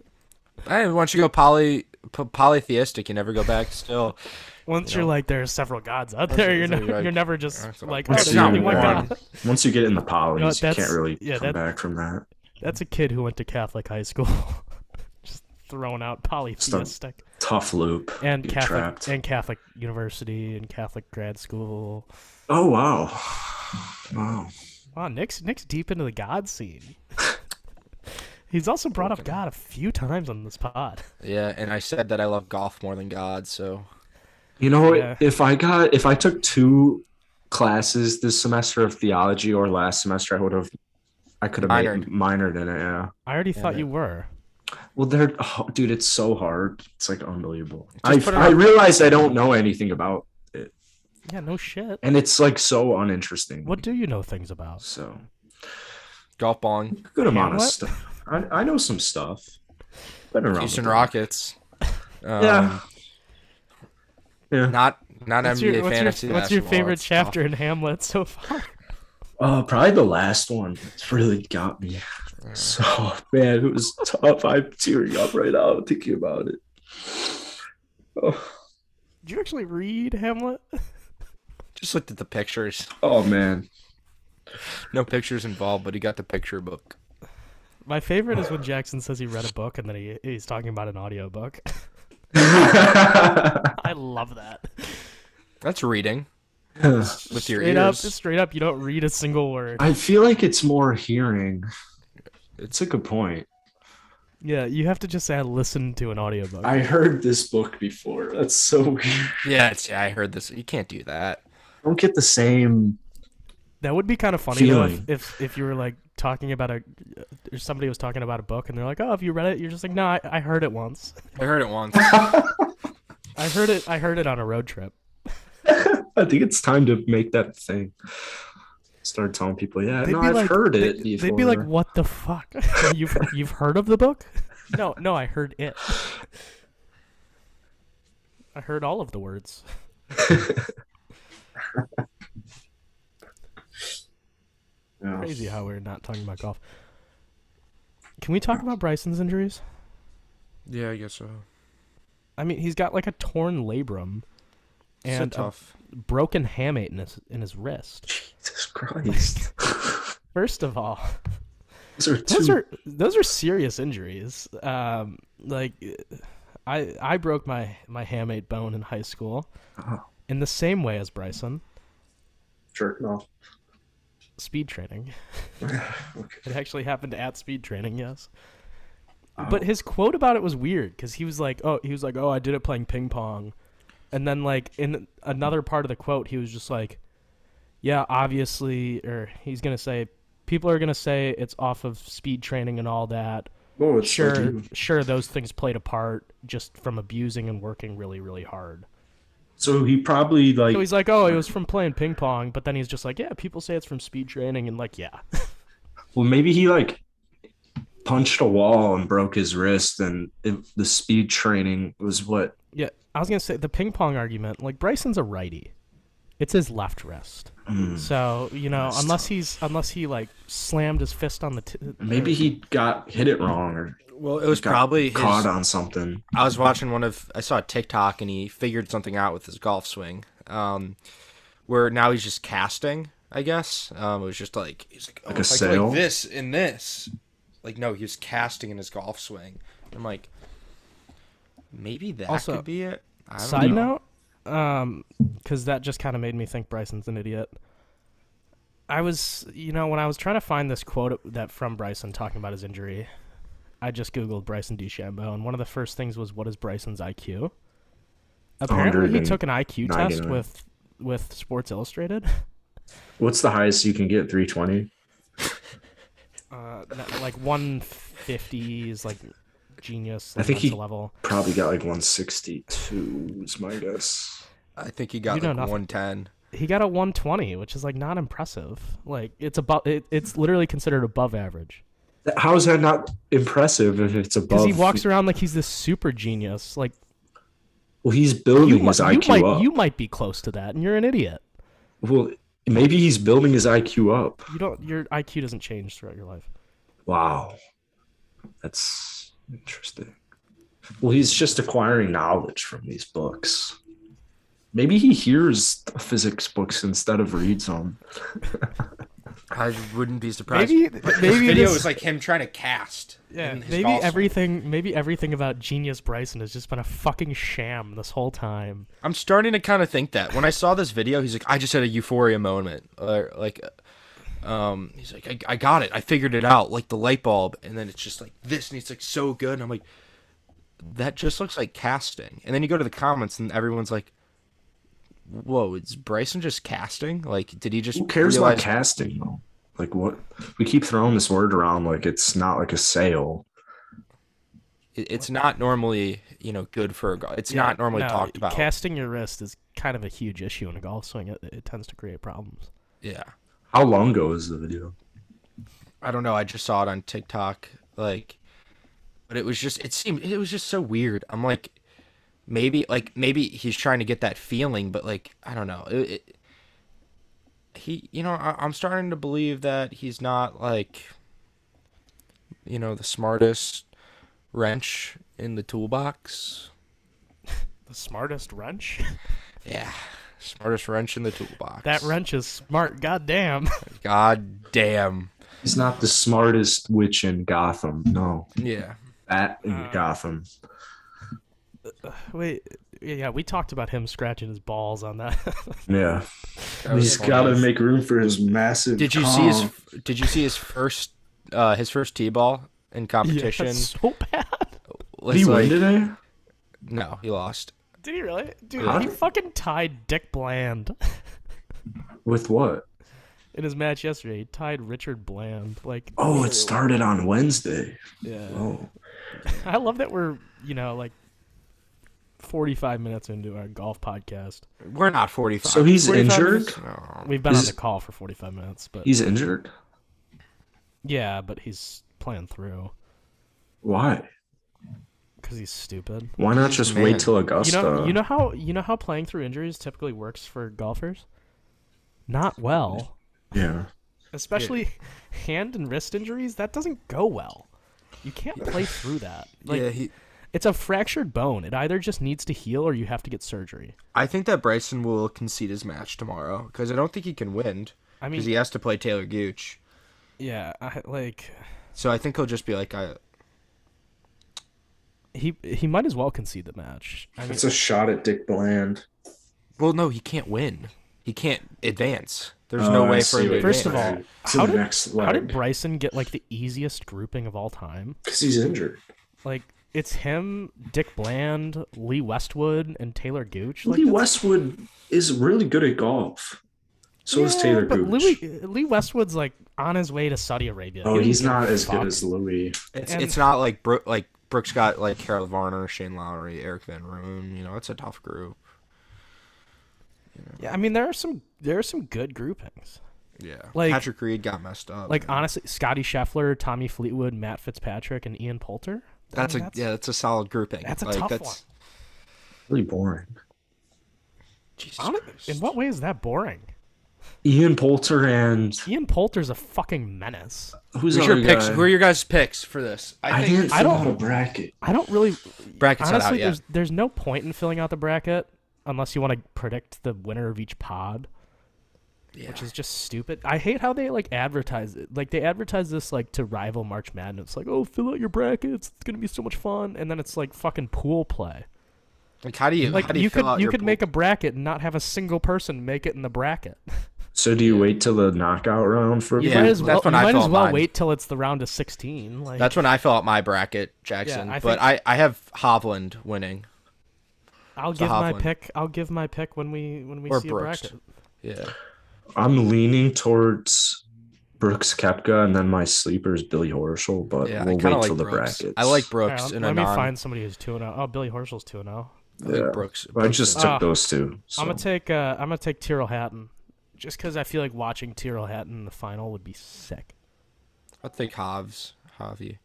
Speaker 3: Hey, once you go poly p- polytheistic, you never go back. Still,
Speaker 2: Once you are like there are several gods out there, you're,
Speaker 3: so
Speaker 2: never
Speaker 3: you're like-
Speaker 2: you're never just
Speaker 3: so
Speaker 2: like oh,
Speaker 1: Once
Speaker 2: there's
Speaker 1: you-
Speaker 2: only one
Speaker 1: one.
Speaker 2: god.
Speaker 1: Once you get in the polys,
Speaker 2: No,
Speaker 1: you
Speaker 2: that's-
Speaker 1: can't really
Speaker 2: yeah,
Speaker 1: come
Speaker 2: that-
Speaker 1: back from that.
Speaker 2: That's a kid who went to Catholic high school, just throwing out polytheistic
Speaker 1: Tough loop.
Speaker 2: and
Speaker 1: You're
Speaker 2: Catholic
Speaker 1: trapped.
Speaker 2: and Catholic university and Catholic grad school.
Speaker 1: Oh wow, wow.
Speaker 2: Wow, Nick's Nick's deep into the God scene. He's also brought up God a few times on this pod.
Speaker 3: yeah. And I said that I love golf more than God, so
Speaker 1: You know,
Speaker 2: Yeah.
Speaker 1: if I got if I took two classes this semester of theology or last semester, I would have, I could have minored.
Speaker 3: Minored.
Speaker 1: minored in it. Yeah.
Speaker 2: I already thought
Speaker 3: it.
Speaker 2: you were.
Speaker 1: Well, they're oh, dude, it's so hard. It's like unbelievable. I
Speaker 3: Just put it
Speaker 1: I
Speaker 3: on-
Speaker 1: realized I don't know anything about,
Speaker 2: Yeah, no shit.
Speaker 1: and it's like so uninteresting.
Speaker 2: What do you know things about?
Speaker 1: So
Speaker 3: golf balling,
Speaker 1: good amount of
Speaker 2: Hamlet?
Speaker 1: stuff. I I know some stuff. Been around.
Speaker 3: Houston
Speaker 1: the block.
Speaker 3: Rockets. Um,
Speaker 1: Yeah. Yeah.
Speaker 3: Not not
Speaker 2: What's
Speaker 3: NBA
Speaker 2: your, what's your,
Speaker 3: fantasy.
Speaker 2: what's your
Speaker 3: basketball,
Speaker 2: favorite
Speaker 3: it's tough.
Speaker 2: chapter in Hamlet so far?
Speaker 1: Uh, probably the last one. It's really got me. So man, it was tough. I'm tearing up right now thinking about it. Oh,
Speaker 2: Did you actually read Hamlet?
Speaker 3: Just looked at the pictures.
Speaker 1: oh man.
Speaker 3: No pictures involved, but he got the picture book.
Speaker 2: My favorite is when Jackson says he read a book and then he, he's talking about an audiobook. I love that.
Speaker 3: That's reading with your
Speaker 2: Straight up,
Speaker 3: ears.
Speaker 2: straight up, you don't read a single word.
Speaker 1: I feel like it's more hearing. It's a good point.
Speaker 2: Yeah, you have to just say I listened to an audiobook.
Speaker 1: I heard this book before. That's so weird. I
Speaker 3: Yeah, it's, yeah, I heard this. You can't do that.
Speaker 1: don't get the same.
Speaker 2: That would be kind of funny though, if,
Speaker 1: Feeling.
Speaker 2: if if you were like talking about a or somebody was talking about a book and they're like, "Oh, have you read it?" You're just like, "No, I, I heard it once.
Speaker 3: I heard it once.
Speaker 2: I heard it. I heard it on a road trip."
Speaker 1: I think it's time to make that thing. Start telling people, yeah,
Speaker 2: They'd
Speaker 1: no,
Speaker 2: be
Speaker 1: I've
Speaker 2: like-
Speaker 1: heard
Speaker 2: they-
Speaker 1: it.
Speaker 2: They'd be like,
Speaker 1: before."
Speaker 2: "What the fuck? you've you've heard of the book?" No, no, I heard it. I heard all of the words.
Speaker 1: Yeah.
Speaker 2: Crazy how we're not talking about golf. Can we talk about Bryson's injuries?
Speaker 3: yeah, I guess so.
Speaker 2: I mean, he's got like a torn labrum
Speaker 3: It's
Speaker 2: and um,
Speaker 3: so
Speaker 2: a
Speaker 3: tough.
Speaker 2: broken hamate in his in his wrist.
Speaker 1: Jesus Christ.
Speaker 2: First of all,
Speaker 1: Those are two.
Speaker 2: those are those are serious injuries. Um, like, I I broke my my hamate bone in high school,
Speaker 3: Uh-huh.
Speaker 1: Oh.
Speaker 2: in the same way as Bryson.
Speaker 1: jerking off.
Speaker 2: Speed training.
Speaker 1: Okay.
Speaker 2: It actually happened at speed training. Yes. But his quote about it was weird because he was like, "Oh, he was like, oh, I did it playing ping pong," and then like in another part of the quote, he was just like, "Yeah, obviously," or he's gonna say, "People are gonna say it's off of speed training and all that."
Speaker 1: Oh, it's so
Speaker 2: Sure,
Speaker 1: deep.
Speaker 2: sure, those things played a part just from abusing and working really, really hard.
Speaker 1: So he probably like
Speaker 2: So he's like, "Oh, it was from playing ping pong," but then he's just like, "Yeah, people say it's from speed training," and like, yeah,
Speaker 1: Well, maybe he like punched a wall and broke his wrist, and it, the speed training was what.
Speaker 2: Yeah, I was gonna say the ping pong argument. Like Bryson's a righty, it's his left wrist. So you know,
Speaker 1: That's
Speaker 2: unless he's unless he like slammed his fist on the t-
Speaker 1: Maybe he got hit it wrong or
Speaker 3: Well, it was
Speaker 1: got
Speaker 3: probably his,
Speaker 1: caught on something.
Speaker 3: I was watching one of I saw a TikTok and he figured something out with his golf swing. Um, where now he's just casting, I guess. Um, it was just like he's like, oh,
Speaker 1: Like a
Speaker 3: if I go
Speaker 1: sail?
Speaker 3: like this and this. Like no, he was casting in his golf swing. I'm like, maybe that
Speaker 2: Also,
Speaker 3: could be it. I don't
Speaker 2: Side
Speaker 3: know.
Speaker 2: note, um, because that just kind of made me think Bryson's an idiot. I was, you know, when I was trying to find this quote that from Bryson talking about his injury, I just googled Bryson DeChambeau, and one of the first things was, "What is Bryson's IQ?" Apparently, he
Speaker 1: 199.
Speaker 2: took an IQ test with with Sports Illustrated.
Speaker 1: What's the highest you can get? Three twenty.
Speaker 2: Uh, not- like 150 is like genius. Like
Speaker 1: think
Speaker 2: that's a
Speaker 1: he-
Speaker 2: level.
Speaker 1: Probably got like one sixty two. Is my guess.
Speaker 3: I think he got
Speaker 2: You know
Speaker 3: like
Speaker 2: nothing.
Speaker 3: 110.
Speaker 2: He got a 120, which is like not impressive. Like it's above. It, it's literally considered above average
Speaker 1: How is that not impressive if it's
Speaker 2: because
Speaker 1: above?
Speaker 2: he walks around like he's this super genius. Like
Speaker 1: Well, he's
Speaker 2: you,
Speaker 1: building
Speaker 2: mi-
Speaker 1: his
Speaker 2: you
Speaker 1: IQ
Speaker 2: might
Speaker 1: up.
Speaker 2: you might be close to that, and you're an idiot.
Speaker 1: Well, maybe he's building his IQ up.
Speaker 2: You don't. Your IQ doesn't change throughout your life.
Speaker 1: Wow. That's interesting. Well, he's just acquiring knowledge from these books. Maybe he hears physics books instead of reads them.
Speaker 3: I wouldn't be surprised.
Speaker 2: Maybe
Speaker 3: His
Speaker 2: maybe
Speaker 3: video
Speaker 2: this,
Speaker 3: is like him trying to cast.
Speaker 2: yeah,
Speaker 3: in his
Speaker 2: maybe
Speaker 3: golf swing.
Speaker 2: everything maybe everything about genius Bryson has just been a fucking sham this whole time.
Speaker 3: I'm starting to kind of think that when I saw this video, he's like, I just had a euphoria moment, or like, um, he's like, I, I got it, I figured it out, like the light bulb, and then it's just like this, and it's like so good, and I'm like, that just looks like casting, and then you go to the comments, and everyone's like, whoa, is Bryson just casting? Like, did he just
Speaker 1: Who cares about
Speaker 3: realize-
Speaker 1: casting though? Like what we keep throwing this word around like it's not like a sale.
Speaker 3: it- it's not normally you know good for a go- it's
Speaker 2: Yeah,
Speaker 3: not normally
Speaker 2: no,
Speaker 3: talked about.
Speaker 2: Casting your wrist is kind of a huge issue in a golf swing. It, it tends to create problems.
Speaker 3: yeah,
Speaker 1: How long ago is the video?
Speaker 3: I don't know. I just saw it on TikTok, like, but it was just it seemed it was just so weird. I'm like, maybe like maybe he's trying to get that feeling, but like I don't know. It, it, he, you know, I, I'm starting to believe that he's not like, you know, the smartest wrench in the toolbox.
Speaker 2: The smartest wrench?
Speaker 3: Yeah, smartest wrench in the toolbox.
Speaker 2: that wrench is smart, goddamn.
Speaker 3: God damn.
Speaker 1: He's not the smartest witch in Gotham. No.
Speaker 3: Yeah.
Speaker 1: That in
Speaker 2: Uh,
Speaker 1: Gotham.
Speaker 2: Wait, yeah, we talked about him scratching his balls on that.
Speaker 1: Yeah.
Speaker 3: That was
Speaker 1: He's
Speaker 3: funny.
Speaker 1: gotta make room for his massive
Speaker 3: Did you see his?
Speaker 1: cock.
Speaker 3: f- Did you see his first? Uh, his first t-ball in competition.
Speaker 2: That's so bad.
Speaker 3: was
Speaker 1: Did he win
Speaker 3: like-
Speaker 1: today?
Speaker 3: No, he lost.
Speaker 2: Did he really? Dude,
Speaker 1: How
Speaker 2: he
Speaker 1: did-
Speaker 2: fucking tied Dick Bland.
Speaker 1: With what?
Speaker 2: in his match yesterday. He tied Richard Bland. Like,
Speaker 1: Oh, it started on Wednesday.
Speaker 2: yeah.
Speaker 1: Oh,
Speaker 2: I love that we're you know like forty-five minutes into our golf podcast.
Speaker 3: We're not 45.
Speaker 1: so he's
Speaker 3: 45
Speaker 1: injured.
Speaker 3: minutes? No.
Speaker 2: We've been on
Speaker 1: Is-
Speaker 2: the call for forty-five minutes, but
Speaker 1: He's injured.
Speaker 2: yeah, but he's playing through
Speaker 1: Why?
Speaker 2: because he's stupid.
Speaker 1: Why not just
Speaker 3: Man.
Speaker 1: wait till
Speaker 2: You
Speaker 1: Augusta?
Speaker 2: know, you know how you know how playing through injuries typically works for golfers. Not well,
Speaker 1: yeah.
Speaker 2: especially hand and wrist injuries. That doesn't go well. You can't play through that. Like
Speaker 3: yeah, he.
Speaker 2: it's a fractured bone. It either just needs to heal or you have to get surgery.
Speaker 3: I think that Bryson will concede his match tomorrow because I don't think he can win
Speaker 2: I mean,
Speaker 3: because he has to play Taylor Gooch.
Speaker 2: yeah, I, like
Speaker 3: So I think he'll just be like, I,
Speaker 2: he he might as well concede the match. I mean,
Speaker 1: It's a shot at Dick Bland.
Speaker 3: well, no, he can't win. He can't advance. There's
Speaker 1: Oh,
Speaker 3: no
Speaker 1: I
Speaker 3: way
Speaker 1: see
Speaker 3: for
Speaker 1: what
Speaker 3: him to
Speaker 1: you
Speaker 2: First of
Speaker 3: advance.
Speaker 2: all,
Speaker 1: mean. It's
Speaker 2: how
Speaker 1: the
Speaker 2: did-
Speaker 1: next
Speaker 2: how did
Speaker 1: leg
Speaker 2: Bryson get like the easiest grouping of all time?
Speaker 1: because he's injured.
Speaker 2: Like it's him, Dick Bland, Lee Westwood, and Taylor Gooch. Like,
Speaker 1: Lee
Speaker 2: that's-
Speaker 1: Westwood is really good at golf. So is
Speaker 2: Yeah,
Speaker 1: Taylor
Speaker 2: but
Speaker 1: Gooch.
Speaker 2: Lee, Lee Westwood's like on his way to Saudi Arabia. He
Speaker 1: oh,
Speaker 2: doesn't
Speaker 1: he's
Speaker 2: give a
Speaker 1: not as
Speaker 2: fuck.
Speaker 1: good as Louis.
Speaker 3: It's,
Speaker 2: And-
Speaker 3: it's not like Bro- like Brooks got like Carol Varner, Shane Lowry, Eric Van Roon. You know, it's a tough group.
Speaker 2: Yeah, I mean there are some there are some good groupings.
Speaker 3: Yeah,
Speaker 2: Like-
Speaker 3: Patrick Reed got messed up.
Speaker 2: Like
Speaker 3: man.
Speaker 2: honestly, Scotty Scheffler, Tommy Fleetwood, Matt Fitzpatrick, and Ian Poulter. I
Speaker 3: that's a
Speaker 2: mean,
Speaker 3: yeah, that's a solid grouping.
Speaker 2: that's a
Speaker 3: like,
Speaker 2: tough
Speaker 3: that's,
Speaker 1: Really boring.
Speaker 3: Jesus
Speaker 2: hon-
Speaker 3: Christ.
Speaker 2: In what way is that boring?
Speaker 1: Ian Poulter and
Speaker 2: Ian Poulter's a fucking menace.
Speaker 1: who's
Speaker 3: Who's
Speaker 1: the
Speaker 3: your
Speaker 1: other
Speaker 3: picks?
Speaker 1: guy?
Speaker 3: Who are your guys' picks for this?
Speaker 1: I
Speaker 3: think
Speaker 1: didn't
Speaker 2: I
Speaker 1: fill
Speaker 2: don't-
Speaker 1: out a bracket.
Speaker 2: I don't really
Speaker 3: brackets not out
Speaker 2: honestly.
Speaker 3: yet.
Speaker 2: There's there's no point in filling out the bracket unless you want to predict the winner of each pod,
Speaker 3: Yeah.
Speaker 2: which is just stupid. I hate how they like advertise it. Like they advertise this like to rival March Madness. Like oh, fill out your brackets. It's gonna be so much fun. And then it's like fucking pool play.
Speaker 3: like how do you
Speaker 2: Like
Speaker 3: how do
Speaker 2: you,
Speaker 3: you, fill
Speaker 2: could
Speaker 3: out
Speaker 2: you
Speaker 3: your
Speaker 2: could
Speaker 3: pool?
Speaker 2: make a bracket and not have a single person make it in the bracket.
Speaker 1: So do you wait till the knockout round for?
Speaker 3: You
Speaker 2: You might
Speaker 3: Yeah,
Speaker 2: as well,
Speaker 3: that's when
Speaker 2: you
Speaker 3: I
Speaker 2: might as
Speaker 3: felt
Speaker 2: well
Speaker 3: mine.
Speaker 2: wait till it's the round of sixteen. Like
Speaker 3: That's when I fill out my bracket, Jackson.
Speaker 2: Yeah, I
Speaker 3: but I, I have Hovland winning.
Speaker 2: I'll
Speaker 3: the
Speaker 2: give my
Speaker 3: Hovland.
Speaker 2: pick. I'll give my pick when we when we
Speaker 3: Or
Speaker 2: see
Speaker 3: Brooks.
Speaker 2: a bracket.
Speaker 3: Yeah.
Speaker 1: I'm leaning towards Brooks Kepka, and then my sleeper is Billy Horschel. But
Speaker 3: Yeah,
Speaker 1: we'll
Speaker 3: I
Speaker 1: wait
Speaker 3: kind of
Speaker 1: till
Speaker 3: like
Speaker 1: the
Speaker 3: Brooks.
Speaker 1: brackets.
Speaker 3: I like
Speaker 2: All right,
Speaker 3: Brooks
Speaker 2: let
Speaker 3: in a
Speaker 2: let me
Speaker 3: non.
Speaker 2: find somebody who's two and zero. Oh, Billy Horschel's two and zero.
Speaker 3: I like
Speaker 1: Yeah.
Speaker 3: Brooks.
Speaker 1: I
Speaker 3: Brooks
Speaker 1: just
Speaker 3: is-
Speaker 1: took
Speaker 2: Ah.
Speaker 1: those two. So.
Speaker 2: I'm gonna take. Uh, I'm gonna take Tyrrell Hatton, just because I feel like watching Tyrrell Hatton in the final would be sick.
Speaker 3: I think Hovs. Javi.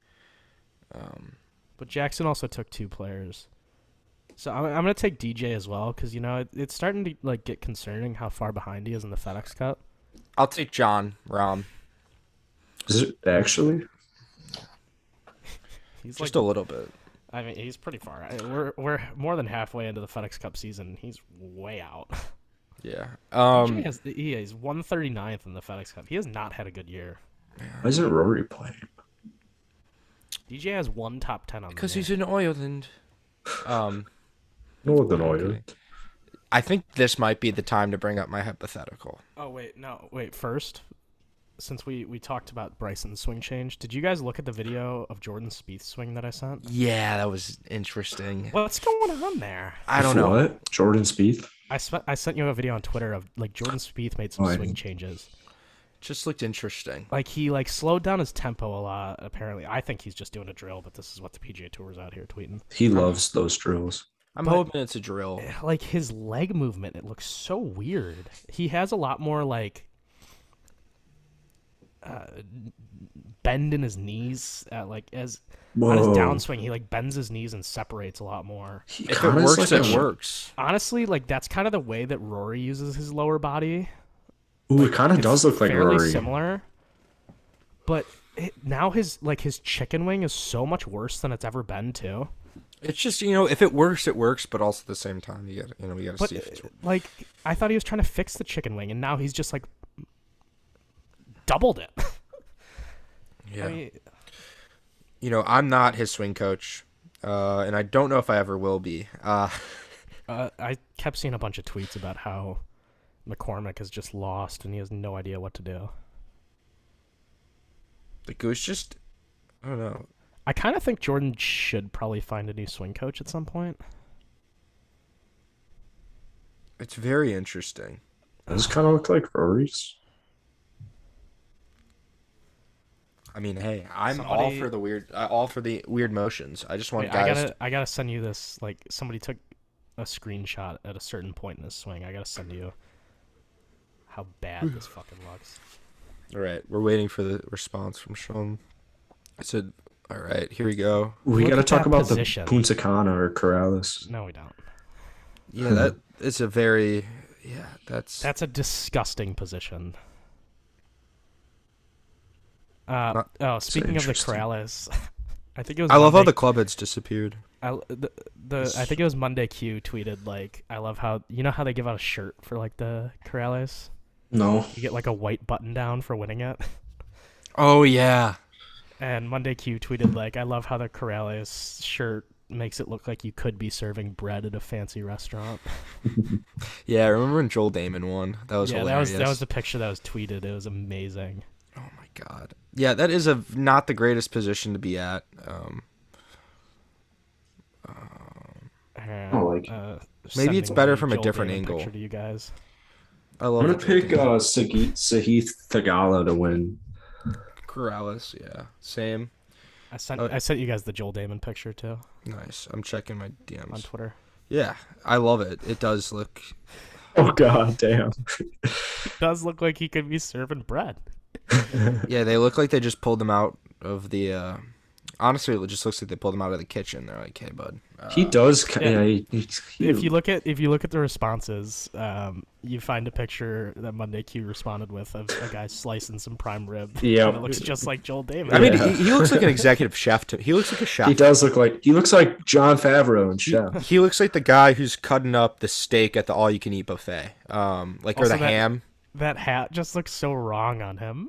Speaker 2: But Jackson also took two players, so I'm, I'm gonna take DJ as well because you know it, it's starting to like get concerning how far behind he is in the FedEx Cup.
Speaker 3: I'll take John Rom.
Speaker 1: Is it actually?
Speaker 2: He's
Speaker 3: Just
Speaker 2: like,
Speaker 3: a little bit.
Speaker 2: I mean, he's pretty far. I- We're we're more than halfway into the FedEx Cup season. He's way out.
Speaker 3: Yeah. Um.
Speaker 2: he has, he is 139th in the FedEx Cup. He has not had a good year.
Speaker 1: Why isn't Rory playing?
Speaker 2: DJ has one top ten on the
Speaker 3: Because
Speaker 2: year.
Speaker 3: he's in Ireland. Um.
Speaker 1: Northern Oil.
Speaker 3: I think this might be the time to bring up my hypothetical.
Speaker 2: Oh wait, no, wait. First, since we we talked about Bryson's swing change, did you guys look at the video of Jordan Spieth's swing that I sent?
Speaker 3: Yeah, that was interesting.
Speaker 2: What's going on there?
Speaker 3: I don't know.
Speaker 1: What? Jordan Spieth?
Speaker 2: I sp- I sent you a video on Twitter of like Jordan Spieth made some
Speaker 1: Oh, I
Speaker 2: swing
Speaker 1: didn't.
Speaker 2: changes.
Speaker 3: Just looked interesting.
Speaker 2: Like he like slowed down his tempo a lot. Apparently, I think he's just doing a drill, but this is what the PGA Tour is out here tweeting.
Speaker 1: He loves those drills.
Speaker 3: I'm hoping it's a drill.
Speaker 2: Like his leg movement, it looks so weird. He has a lot more like uh, bend in his knees, uh, like as on his
Speaker 1: Whoa.
Speaker 2: downswing, he like bends his knees and separates a lot more.
Speaker 1: He
Speaker 3: If it
Speaker 1: kinda is
Speaker 3: works,
Speaker 1: like
Speaker 3: it
Speaker 1: a-
Speaker 3: works.
Speaker 2: Honestly, like that's kind of the way that Rory uses his lower body.
Speaker 1: Ooh, it kind of does look like
Speaker 2: fairly
Speaker 1: Rory.
Speaker 2: similar, but it, now his like his chicken wing is so much worse than it's ever been too.
Speaker 3: It's just you know, if it works, it works. But also at the same time, you got you know, you got to
Speaker 2: But uh,
Speaker 3: see if it's
Speaker 2: like I thought he was trying to fix the chicken wing, and now he's just like doubled it.
Speaker 3: yeah.
Speaker 2: I mean,
Speaker 3: you know, I'm not his swing coach, uh, and I don't know if I ever will be. Uh,
Speaker 2: uh, I kept seeing a bunch of tweets about how McCormick is just lost and he has no idea what to do.
Speaker 3: the goose just, I don't know.
Speaker 2: I kind of think Jordan should probably find a new swing coach at some point.
Speaker 3: It's very interesting.
Speaker 1: Does kind of look like Rory's?
Speaker 3: I mean, hey, I'm all
Speaker 2: Somebody-
Speaker 3: for the weird, uh, all for the weird motions. I just want
Speaker 2: Wait, I
Speaker 3: guys.
Speaker 2: gotta I gotta send you this. Like somebody took a screenshot at a certain point in this swing. I gotta send you how bad this fucking looks.
Speaker 3: to- all right, we're waiting for the response from Sean. I said, all right, here we go.
Speaker 1: We
Speaker 2: Look
Speaker 1: got to
Speaker 2: at
Speaker 1: talk
Speaker 2: that
Speaker 1: about
Speaker 2: position.
Speaker 1: the Punta Cana or Corrales.
Speaker 2: No, we don't.
Speaker 3: Yeah, that it's a very, yeah, that's,
Speaker 2: That's a disgusting position. Uh,
Speaker 3: Not
Speaker 2: oh, speaking of the
Speaker 1: interesting.
Speaker 2: Corrales, I think it was.
Speaker 3: I love how
Speaker 2: Monday-
Speaker 3: the club heads disappeared.
Speaker 2: I, l- the, the I think it was Monday Q tweeted like I love how you know how they give out a shirt for like the Corrales
Speaker 1: No,
Speaker 2: you get like a white button down for winning it
Speaker 3: Oh yeah,
Speaker 2: and Monday Q tweeted like I love how the Corrales shirt makes it look like you could be serving bread at a fancy restaurant
Speaker 3: yeah. I remember when Joel Damon won? That was
Speaker 2: yeah
Speaker 3: hilarious.
Speaker 2: that was that was the picture that was tweeted it was amazing
Speaker 3: Oh my god. Yeah, that is a not the greatest position to be at. Um,
Speaker 2: And,
Speaker 1: don't like it.
Speaker 2: uh,
Speaker 3: Maybe it's
Speaker 2: sending
Speaker 3: better
Speaker 2: the
Speaker 3: from a
Speaker 2: Joel
Speaker 3: different
Speaker 2: Damon
Speaker 3: angle.
Speaker 2: picture to you guys
Speaker 3: I love.
Speaker 1: I'm gonna
Speaker 3: the Joel
Speaker 1: pick
Speaker 3: Damon.
Speaker 1: uh, Sahith, Sahith Tagala to win.
Speaker 3: Corrales. Yeah, same.
Speaker 2: I sent
Speaker 3: Oh.
Speaker 2: I sent you guys the Joel Damon picture too
Speaker 3: Nice. I'm checking my
Speaker 2: on
Speaker 3: DMs.
Speaker 2: Twitter
Speaker 3: Yeah, I love it. It does look.
Speaker 1: Oh god, damn.
Speaker 2: does look like he could be serving bread
Speaker 3: Yeah, they look like they just pulled them out of the. Uh, honestly, it just looks like they pulled them out of the kitchen. They're like, "Hey, bud." Uh,
Speaker 1: He does. ki-
Speaker 2: Yeah.
Speaker 1: Yeah, he, he's
Speaker 2: if you
Speaker 1: cute.
Speaker 2: look at if you look at the responses, um, you find a picture that Monday Q responded with of a guy slicing some prime rib.
Speaker 1: Yeah.
Speaker 2: and it looks just like Joel David.
Speaker 3: I mean,
Speaker 1: Yeah.
Speaker 3: he, he looks like an executive chef. To, he looks like a chef.
Speaker 1: he does look like he looks like John Favreau and Chef.
Speaker 3: He looks like the guy who's cutting up the steak at the all-you-can-eat buffet, um, like or
Speaker 2: Also
Speaker 3: the
Speaker 2: that-
Speaker 3: ham.
Speaker 2: that hat just looks so wrong on him.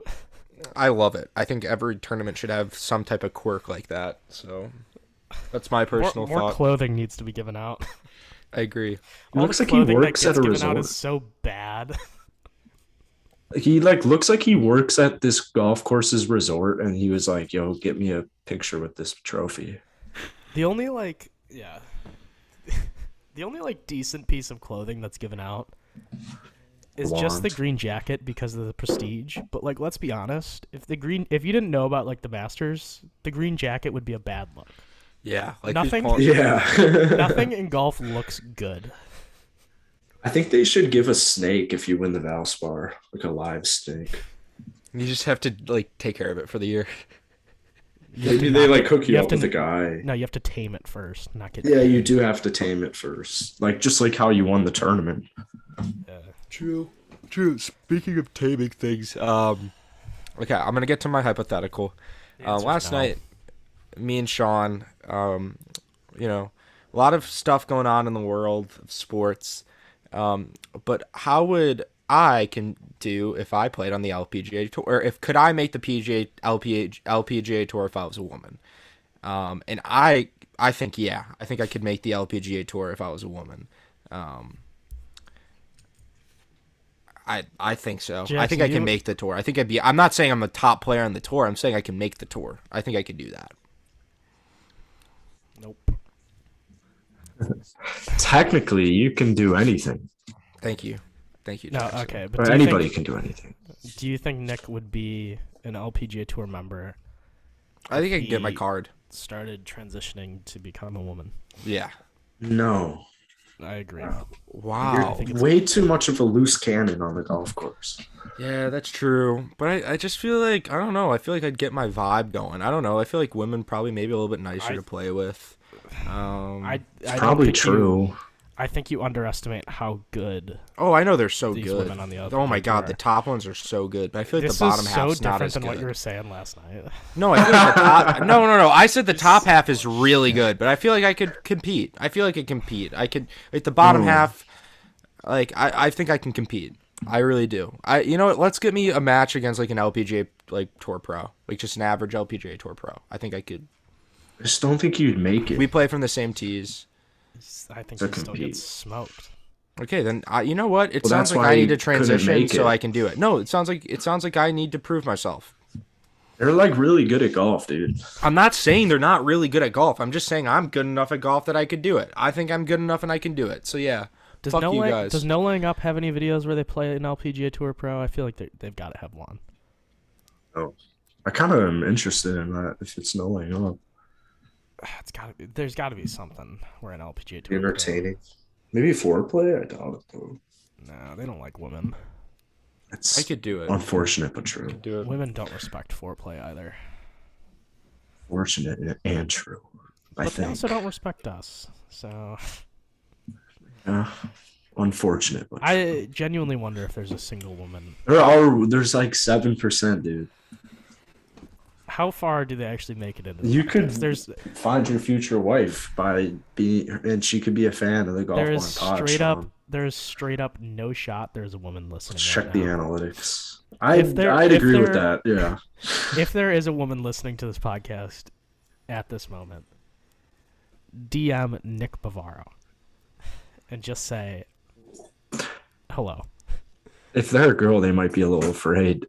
Speaker 3: I love it. I think every tournament should have some type of quirk like that. So that's my
Speaker 2: More,
Speaker 3: personal
Speaker 2: more
Speaker 3: thought.
Speaker 2: clothing needs to be given out.
Speaker 3: I agree.
Speaker 1: He
Speaker 2: All
Speaker 1: looks
Speaker 2: the
Speaker 1: like he
Speaker 2: clothing
Speaker 1: works
Speaker 2: that
Speaker 1: at
Speaker 2: gets
Speaker 1: a
Speaker 2: given out
Speaker 1: resort.
Speaker 2: is so bad.
Speaker 1: He like looks like he works at this golf course's resort, and he was like, "Yo, get me a picture with this trophy."
Speaker 2: The only like yeah. The only like decent piece of clothing that's given out is just the
Speaker 1: Blonde.
Speaker 2: green jacket because of the prestige. But like let's be honest, if the green if you didn't know about like the Masters, the green jacket would be a bad look.
Speaker 3: Yeah, like
Speaker 2: Nothing-
Speaker 3: who's Paul-
Speaker 1: Yeah,
Speaker 2: Nothing in golf looks good.
Speaker 1: I think they should give a snake if you win the Valspar, like a live snake.
Speaker 3: You just have to like take care of it for the year.
Speaker 1: Maybe they like hook you,
Speaker 2: you have
Speaker 1: up
Speaker 2: to-
Speaker 1: with a guy.
Speaker 2: No, you have to tame it first, not get
Speaker 1: Yeah, you do have to tame it first, like just like how you won the tournament.
Speaker 3: True. True. Speaking of taming things, um, okay, I'm gonna get to my hypothetical. Uh,
Speaker 2: answer's
Speaker 3: last
Speaker 2: no.
Speaker 3: night, me and Sean, um, you know, a lot of stuff going on in the world of sports. Um, but how would I can do if I played on the LPGA tour, or if could I make the PGA LPGA LPGA tour if I was a woman? Um, and I, I think yeah, I think I could make the LPGA tour if I was a woman. Um, I I think so. I
Speaker 2: Jackson,
Speaker 3: think I
Speaker 2: you-
Speaker 3: can make the tour. I think I'd be. I'm not saying I'm a top player on the tour. I'm saying I can make the tour. I think I could do that.
Speaker 2: Nope.
Speaker 1: Technically, you can do anything,
Speaker 3: Thank you, thank you.
Speaker 2: No,
Speaker 3: Jackson.
Speaker 2: okay. But
Speaker 1: or
Speaker 2: do you
Speaker 1: anybody
Speaker 2: Think,
Speaker 1: can do anything.
Speaker 2: do you think Nick would be an LPGA Tour member
Speaker 3: I think I can get my
Speaker 2: He-
Speaker 3: card.
Speaker 2: started transitioning to become a woman?
Speaker 3: Yeah.
Speaker 1: No,
Speaker 2: I agree.
Speaker 3: Wow.
Speaker 2: think it's-
Speaker 1: way too much of a loose cannon on the golf course.
Speaker 3: Yeah, that's true. But I, I just feel like I don't know. I feel like I'd get my vibe going. I don't know. I feel like women probably maybe a little bit nicer
Speaker 2: I-
Speaker 3: to play with. Um,
Speaker 2: I, I
Speaker 1: Probably
Speaker 2: don't think you-
Speaker 1: true.
Speaker 2: I think you underestimate how good
Speaker 3: oh, I know they're so
Speaker 2: these
Speaker 3: good.
Speaker 2: women on the other
Speaker 3: oh my
Speaker 2: end
Speaker 3: god,
Speaker 2: are.
Speaker 3: the top ones are so good. But I feel like
Speaker 2: this
Speaker 3: the bottom
Speaker 2: is so
Speaker 3: half's not
Speaker 2: different
Speaker 3: as
Speaker 2: than
Speaker 3: good.
Speaker 2: what you were saying last night.
Speaker 3: No, I feel like the top. no, no, no. I said the top half is really good, but I feel like I could compete. I feel like I could compete. I could like the bottom
Speaker 1: Ooh.
Speaker 3: half. Like I, I think I can compete. I really do. I, you know what? Let's get me a match against like an LPGA like tour pro, like just an average LPGA tour pro. I think I could.
Speaker 1: I just don't think you'd make it.
Speaker 3: We play from the same tees.
Speaker 2: I think
Speaker 1: To
Speaker 2: you still
Speaker 1: compete.
Speaker 2: get smoked.
Speaker 3: Okay, then I, you know what? It
Speaker 1: Well,
Speaker 3: sounds
Speaker 1: that's
Speaker 3: like
Speaker 1: why
Speaker 3: I
Speaker 1: you
Speaker 3: need to
Speaker 1: couldn't
Speaker 3: transition
Speaker 1: make
Speaker 3: so
Speaker 1: it.
Speaker 3: I can do it. No, it sounds like it sounds like I need to prove myself.
Speaker 1: They're like really good at golf, dude.
Speaker 3: I'm not saying they're not really good at golf. I'm just saying I'm good enough at golf that I could do it. I think I'm good enough and I can do it. So yeah,
Speaker 2: Does
Speaker 3: fuck
Speaker 2: no
Speaker 3: you
Speaker 2: Lang-
Speaker 3: guys.
Speaker 2: does no laying up have any videos where they play an LPGA Tour Pro? I feel like they- they've got to have one.
Speaker 1: Oh. I kind of am interested in that if it's oh, snowing up.
Speaker 2: It's got to. There's got to be something where an LPGA tour.
Speaker 1: Entertaining. Maybe foreplay? I doubt it though.
Speaker 2: No, they don't like women.
Speaker 1: It's
Speaker 3: I could do it.
Speaker 1: Um, unfortunate but
Speaker 3: I
Speaker 1: true.
Speaker 3: could do it.
Speaker 2: Women don't respect foreplay either.
Speaker 1: Fortunate and true. I
Speaker 2: But they
Speaker 1: think.
Speaker 2: also don't respect us. So
Speaker 1: Yeah. Uh, unfortunate, but true.
Speaker 2: I genuinely wonder if there's a single woman.
Speaker 1: there are there's like seven percent, dude.
Speaker 2: How far do they actually make it into? the
Speaker 1: You
Speaker 2: podcast?
Speaker 1: could-
Speaker 2: There's
Speaker 1: Find your future wife by being, and she could be a fan of the golf.
Speaker 2: there is
Speaker 1: on Pod,
Speaker 2: straight
Speaker 1: Sean.
Speaker 2: up there is straight up no shot. There's a woman listening.
Speaker 1: Let's
Speaker 2: right
Speaker 1: check the
Speaker 2: now.
Speaker 1: analytics. I
Speaker 2: If they're-
Speaker 1: I'd
Speaker 2: if
Speaker 1: agree with
Speaker 2: they're-
Speaker 1: that. Yeah.
Speaker 2: if there is a woman listening to this podcast at this moment, DM Nick Bavaro and just say hello.
Speaker 1: If they're a girl, they might be a little afraid.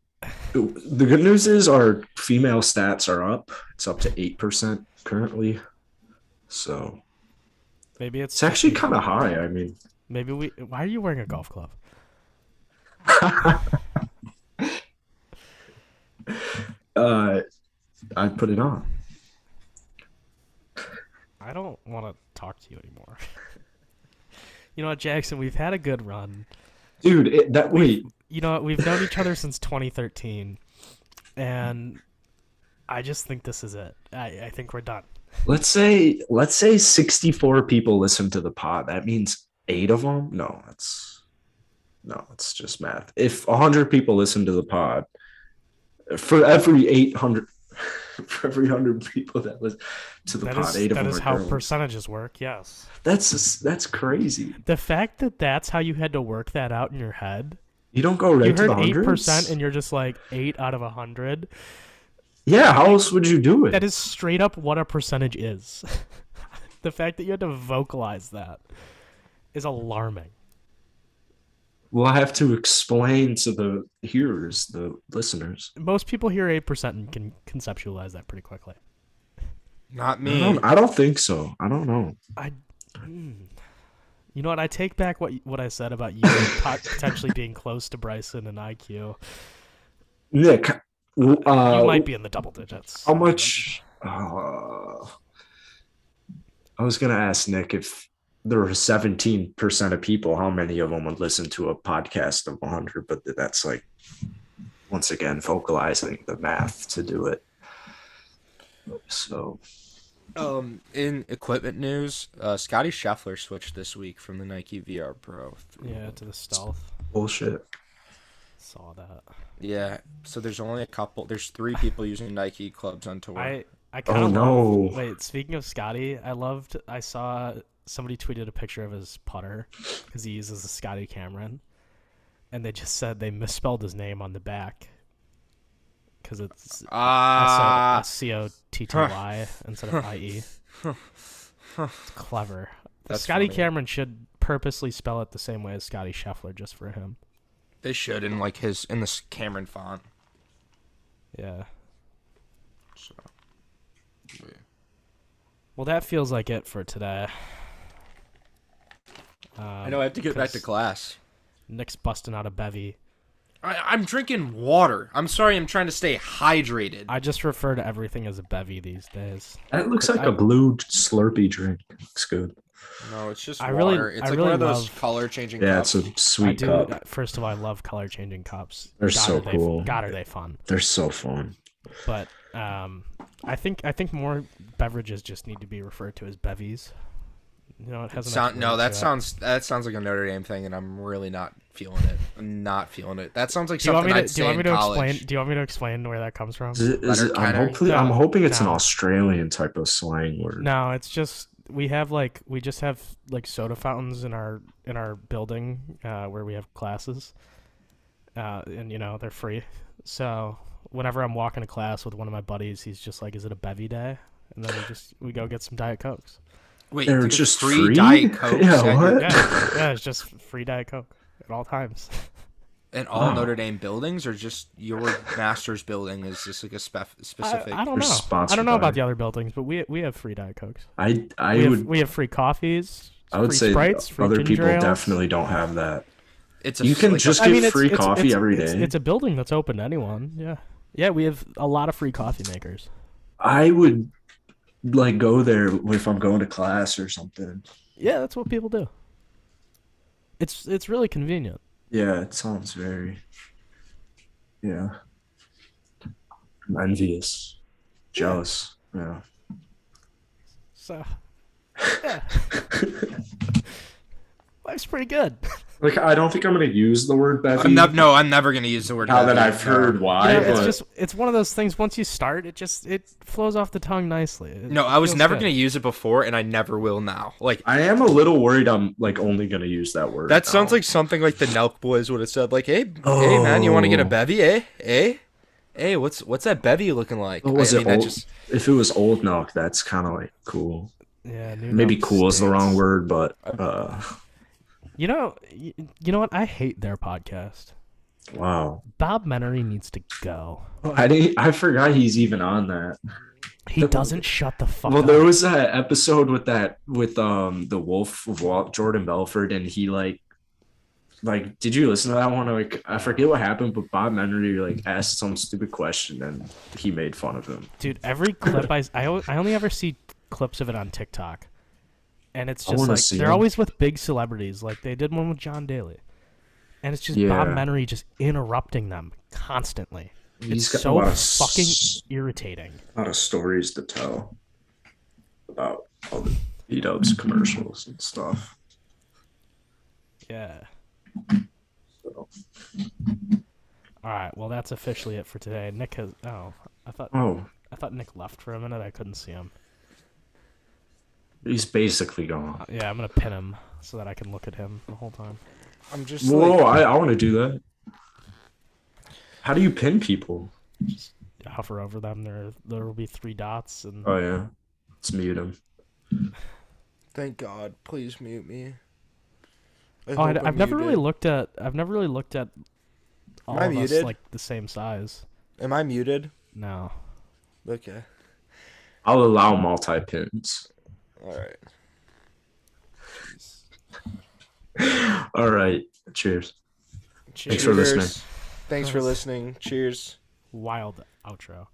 Speaker 1: The good news is our female stats are up. It's up to eight percent currently. So
Speaker 2: Maybe it's
Speaker 1: it's actually kind of high. I mean,
Speaker 2: maybe we. Why are you wearing a golf club?
Speaker 1: uh, I put it on.
Speaker 2: I don't want to talk to you anymore. you know what, Jackson? We've had a good run.
Speaker 1: Dude, it, that wait,
Speaker 2: You know what? We've known each other since 2013, and I just think this is it. I, I think we're done.
Speaker 1: let's say let's say 64 people listen to the pod. That means 8 of them? No, that's No, it's just math. If 100 people listen to the pod, for every 800 for every 100 people that listen to the
Speaker 2: That
Speaker 1: pod,
Speaker 2: is
Speaker 1: 8 of
Speaker 2: that
Speaker 1: them
Speaker 2: is
Speaker 1: are
Speaker 2: how
Speaker 1: girls.
Speaker 2: percentages work. Yes.
Speaker 1: that's just, that's crazy.
Speaker 2: The fact that that's how you had to work that out in your head.
Speaker 1: You don't go right
Speaker 2: you
Speaker 1: to
Speaker 2: heard
Speaker 1: the
Speaker 2: eight
Speaker 1: hundreds?
Speaker 2: percent, and you're just like eight out of a hundred.
Speaker 1: yeah, how else would you do it?
Speaker 2: That is straight up what a percentage is. the fact that you had to vocalize that is alarming.
Speaker 1: we'll have to explain to the hearers, the listeners.
Speaker 2: Most people hear eight percent and can conceptualize that pretty quickly.
Speaker 3: Not
Speaker 1: I
Speaker 2: Hmm.
Speaker 3: me.
Speaker 1: don't, I don't think so. I don't know.
Speaker 2: I, mm. you know what? I take back what what I said about you pot- potentially being close to Bryson and IQ.
Speaker 1: Nick, w-
Speaker 2: You
Speaker 1: uh,
Speaker 2: might be in the double digits.
Speaker 1: how much? Uh, I was gonna ask Nick if there were seventeen percent of people, how many of them would listen to a podcast of one hundred? But that's like, once again, vocalizing the math to do it. So
Speaker 3: Um, in equipment news, uh, Scotty Scheffler switched this week from the Nike VR Pro.
Speaker 2: Yeah, to the stealth.
Speaker 1: bullshit.
Speaker 2: Saw that.
Speaker 3: Yeah. So there's only a couple. There's three people using Nike clubs on tour.
Speaker 2: I I kind
Speaker 1: Oh
Speaker 2: of
Speaker 1: no!
Speaker 2: Wait, speaking of Scotty, I loved. I saw somebody tweeted a picture of his putter because he uses a Scotty Cameron, and they just said they misspelled his name on the back because it's
Speaker 3: Ah.
Speaker 2: C O T T Y instead of I E. It's clever.
Speaker 3: That's
Speaker 2: Scotty
Speaker 3: funny.
Speaker 2: Cameron should purposely spell it the same way as Scotty Scheffler just for him.
Speaker 3: They should in like his in this Cameron font.
Speaker 2: Yeah.
Speaker 3: So.
Speaker 2: Um, Well, that feels like it for today. Um,
Speaker 3: I know I have to get back to class.
Speaker 2: Nick's busting out a bevy.
Speaker 3: I, I'm drinking water. I'm sorry. I'm trying to stay hydrated.
Speaker 2: I just refer to everything as a bevy these days.
Speaker 1: That looks like a blue Slurpee drink. Looks good.
Speaker 3: no, it's just
Speaker 2: I
Speaker 3: water.
Speaker 2: really-
Speaker 3: it's
Speaker 2: I
Speaker 3: like
Speaker 2: really
Speaker 3: one of those
Speaker 2: love-
Speaker 3: color changing.
Speaker 1: Yeah,
Speaker 3: cups.
Speaker 1: it's a
Speaker 2: I
Speaker 1: sweet
Speaker 2: do. uh,
Speaker 1: cup.
Speaker 2: First of all, I love color changing cups.
Speaker 1: They're
Speaker 2: God,
Speaker 1: so
Speaker 2: are they-
Speaker 1: cool.
Speaker 2: God, are they fun?
Speaker 1: They're so fun.
Speaker 2: But um, I think I think more beverages just need to be referred to as bevies. You know, it has a nice
Speaker 3: Sound, no,
Speaker 2: ring
Speaker 3: that
Speaker 2: to it.
Speaker 3: sounds that sounds like a Notre Dame thing, and I'm really not feeling it. I'm not feeling it. That sounds like
Speaker 2: Do you want me
Speaker 3: something
Speaker 2: to?
Speaker 3: I'd
Speaker 2: do you
Speaker 3: say
Speaker 2: want me
Speaker 3: in
Speaker 2: to
Speaker 3: college.
Speaker 2: explain? Do you want me to explain where that comes from?
Speaker 1: Is it, is it, I'm
Speaker 3: Leonard Kenner?
Speaker 1: hopefully I'm
Speaker 2: No,
Speaker 1: hoping it's
Speaker 2: no.
Speaker 1: an Australian type of slang word.
Speaker 2: No, it's just we have like we just have like soda fountains in our in our building uh, where we have classes, uh, and you know they're free. So whenever I'm walking to class with one of my buddies, he's just like, "Is it a bevy day?" And then we just we go get some diet cokes.
Speaker 3: Wait,
Speaker 1: They're
Speaker 3: dude,
Speaker 1: just
Speaker 3: free,
Speaker 1: free?
Speaker 3: diet coke
Speaker 1: Yeah,
Speaker 3: at,
Speaker 1: what?
Speaker 2: Yeah, yeah, it's just free diet coke at all times.
Speaker 3: at all
Speaker 1: Oh.
Speaker 3: Notre Dame buildings, or just your master's building is just like a spef-
Speaker 2: I,
Speaker 3: specific.
Speaker 2: I
Speaker 1: They're
Speaker 2: don't know. I
Speaker 1: sponsored
Speaker 2: don't know
Speaker 1: by-
Speaker 2: about the other buildings, but we we have free diet cokes.
Speaker 1: I I
Speaker 2: We have,
Speaker 1: would
Speaker 2: we have free coffees.
Speaker 1: I would
Speaker 2: free
Speaker 1: say
Speaker 2: sprites, free
Speaker 1: other
Speaker 2: ginger
Speaker 1: people
Speaker 2: ales.
Speaker 1: definitely don't have that.
Speaker 3: it's a,
Speaker 1: You can
Speaker 3: like a-
Speaker 1: just
Speaker 2: I
Speaker 1: get
Speaker 2: mean, it's-
Speaker 1: free
Speaker 2: it's-
Speaker 1: coffee
Speaker 2: it's-
Speaker 1: every day.
Speaker 2: it's- it's a building that's open to anyone. Yeah. Yeah, we have a lot of free coffee makers.
Speaker 1: I would like go there if I'm going to class or something.
Speaker 2: Yeah, that's what people do. It's it's really convenient.
Speaker 1: Yeah, it sounds very. Yeah. I'm envious, jealous. Yeah.
Speaker 2: So yeah. life's pretty good.
Speaker 1: Like I don't think I'm gonna use the word Bevy.
Speaker 3: I'm nev- no, I'm never gonna use the word.
Speaker 1: Now that
Speaker 3: heavy.
Speaker 1: I've heard
Speaker 2: You
Speaker 1: why,
Speaker 2: know, it's
Speaker 1: but
Speaker 2: just it's one of those things. Once you start, it just it flows off the tongue nicely. It
Speaker 3: No, I was
Speaker 2: feels
Speaker 3: never
Speaker 2: good.
Speaker 3: gonna use it before, and I never will now. Like
Speaker 1: I am a little worried. I'm like only gonna use that word.
Speaker 3: that sounds
Speaker 1: now.
Speaker 3: like something like the Nelk boys would have said. Like, hey, hey, man, you want to get a
Speaker 1: Oh.
Speaker 3: bevy? Eh, eh, hey, what's what's that bevy looking like?
Speaker 1: What was
Speaker 3: I,
Speaker 1: it?
Speaker 3: I mean,
Speaker 1: old,
Speaker 3: that just
Speaker 1: If it was old Nook, that's kind of like cool.
Speaker 2: Yeah, new
Speaker 1: Maybe
Speaker 2: notes.
Speaker 1: cool is the wrong
Speaker 3: stands.
Speaker 1: word, but uh,
Speaker 2: You know, you, you know what? I hate their podcast.
Speaker 1: wow.
Speaker 2: Bob Menery needs to go.
Speaker 1: I didn't. I forgot he's even on that.
Speaker 2: He doesn't shut the fuck
Speaker 1: Well,
Speaker 2: up.
Speaker 1: there was that episode with that with um the Wolf of Wall, Jordan Belford, and he like like did you listen to that one? Like I forget what happened, but Bob Menery like asked some stupid question and he made fun of him.
Speaker 2: Dude, every clip I, I al- I only ever see clips of it on TikTok, and it's
Speaker 1: I
Speaker 2: just
Speaker 1: wanna
Speaker 2: like
Speaker 1: see
Speaker 2: they're
Speaker 1: them.
Speaker 2: always with big celebrities. Like they did one with John Daly, and it's just Bob
Speaker 1: Yeah.
Speaker 2: Menery just interrupting them constantly.
Speaker 1: He's got
Speaker 2: it's
Speaker 1: a
Speaker 2: so
Speaker 1: lot of s-
Speaker 2: fucking irritating.
Speaker 1: A lot of stories to tell about all the B Dubs commercials and stuff.
Speaker 2: Yeah.
Speaker 1: So.
Speaker 2: All right. Well, that's officially it for today. Nick has. Oh, I thought
Speaker 1: Oh,
Speaker 2: I thought Nick left for a minute. I couldn't see him.
Speaker 1: he's basically gone.
Speaker 2: Yeah, I'm gonna pin him so that I can look at him the whole time.
Speaker 3: I'm just
Speaker 1: Whoa,
Speaker 3: like,
Speaker 1: I, I want to do that. How do you pin people?
Speaker 2: Hover over them. There, there will be three dots, and
Speaker 1: Oh yeah, let's mute him.
Speaker 3: thank God, please mute me.
Speaker 2: Oh, I, have never really looked at. I've never really looked at all
Speaker 3: I
Speaker 2: of us
Speaker 3: muted?
Speaker 2: like the same size.
Speaker 3: Am I muted?
Speaker 2: No.
Speaker 3: Okay,
Speaker 1: I'll allow multi pins.
Speaker 3: all right.
Speaker 1: All right. Cheers.
Speaker 3: Cheers.
Speaker 1: for listening.
Speaker 3: Thanks for listening. Cheers.
Speaker 2: Wild outro.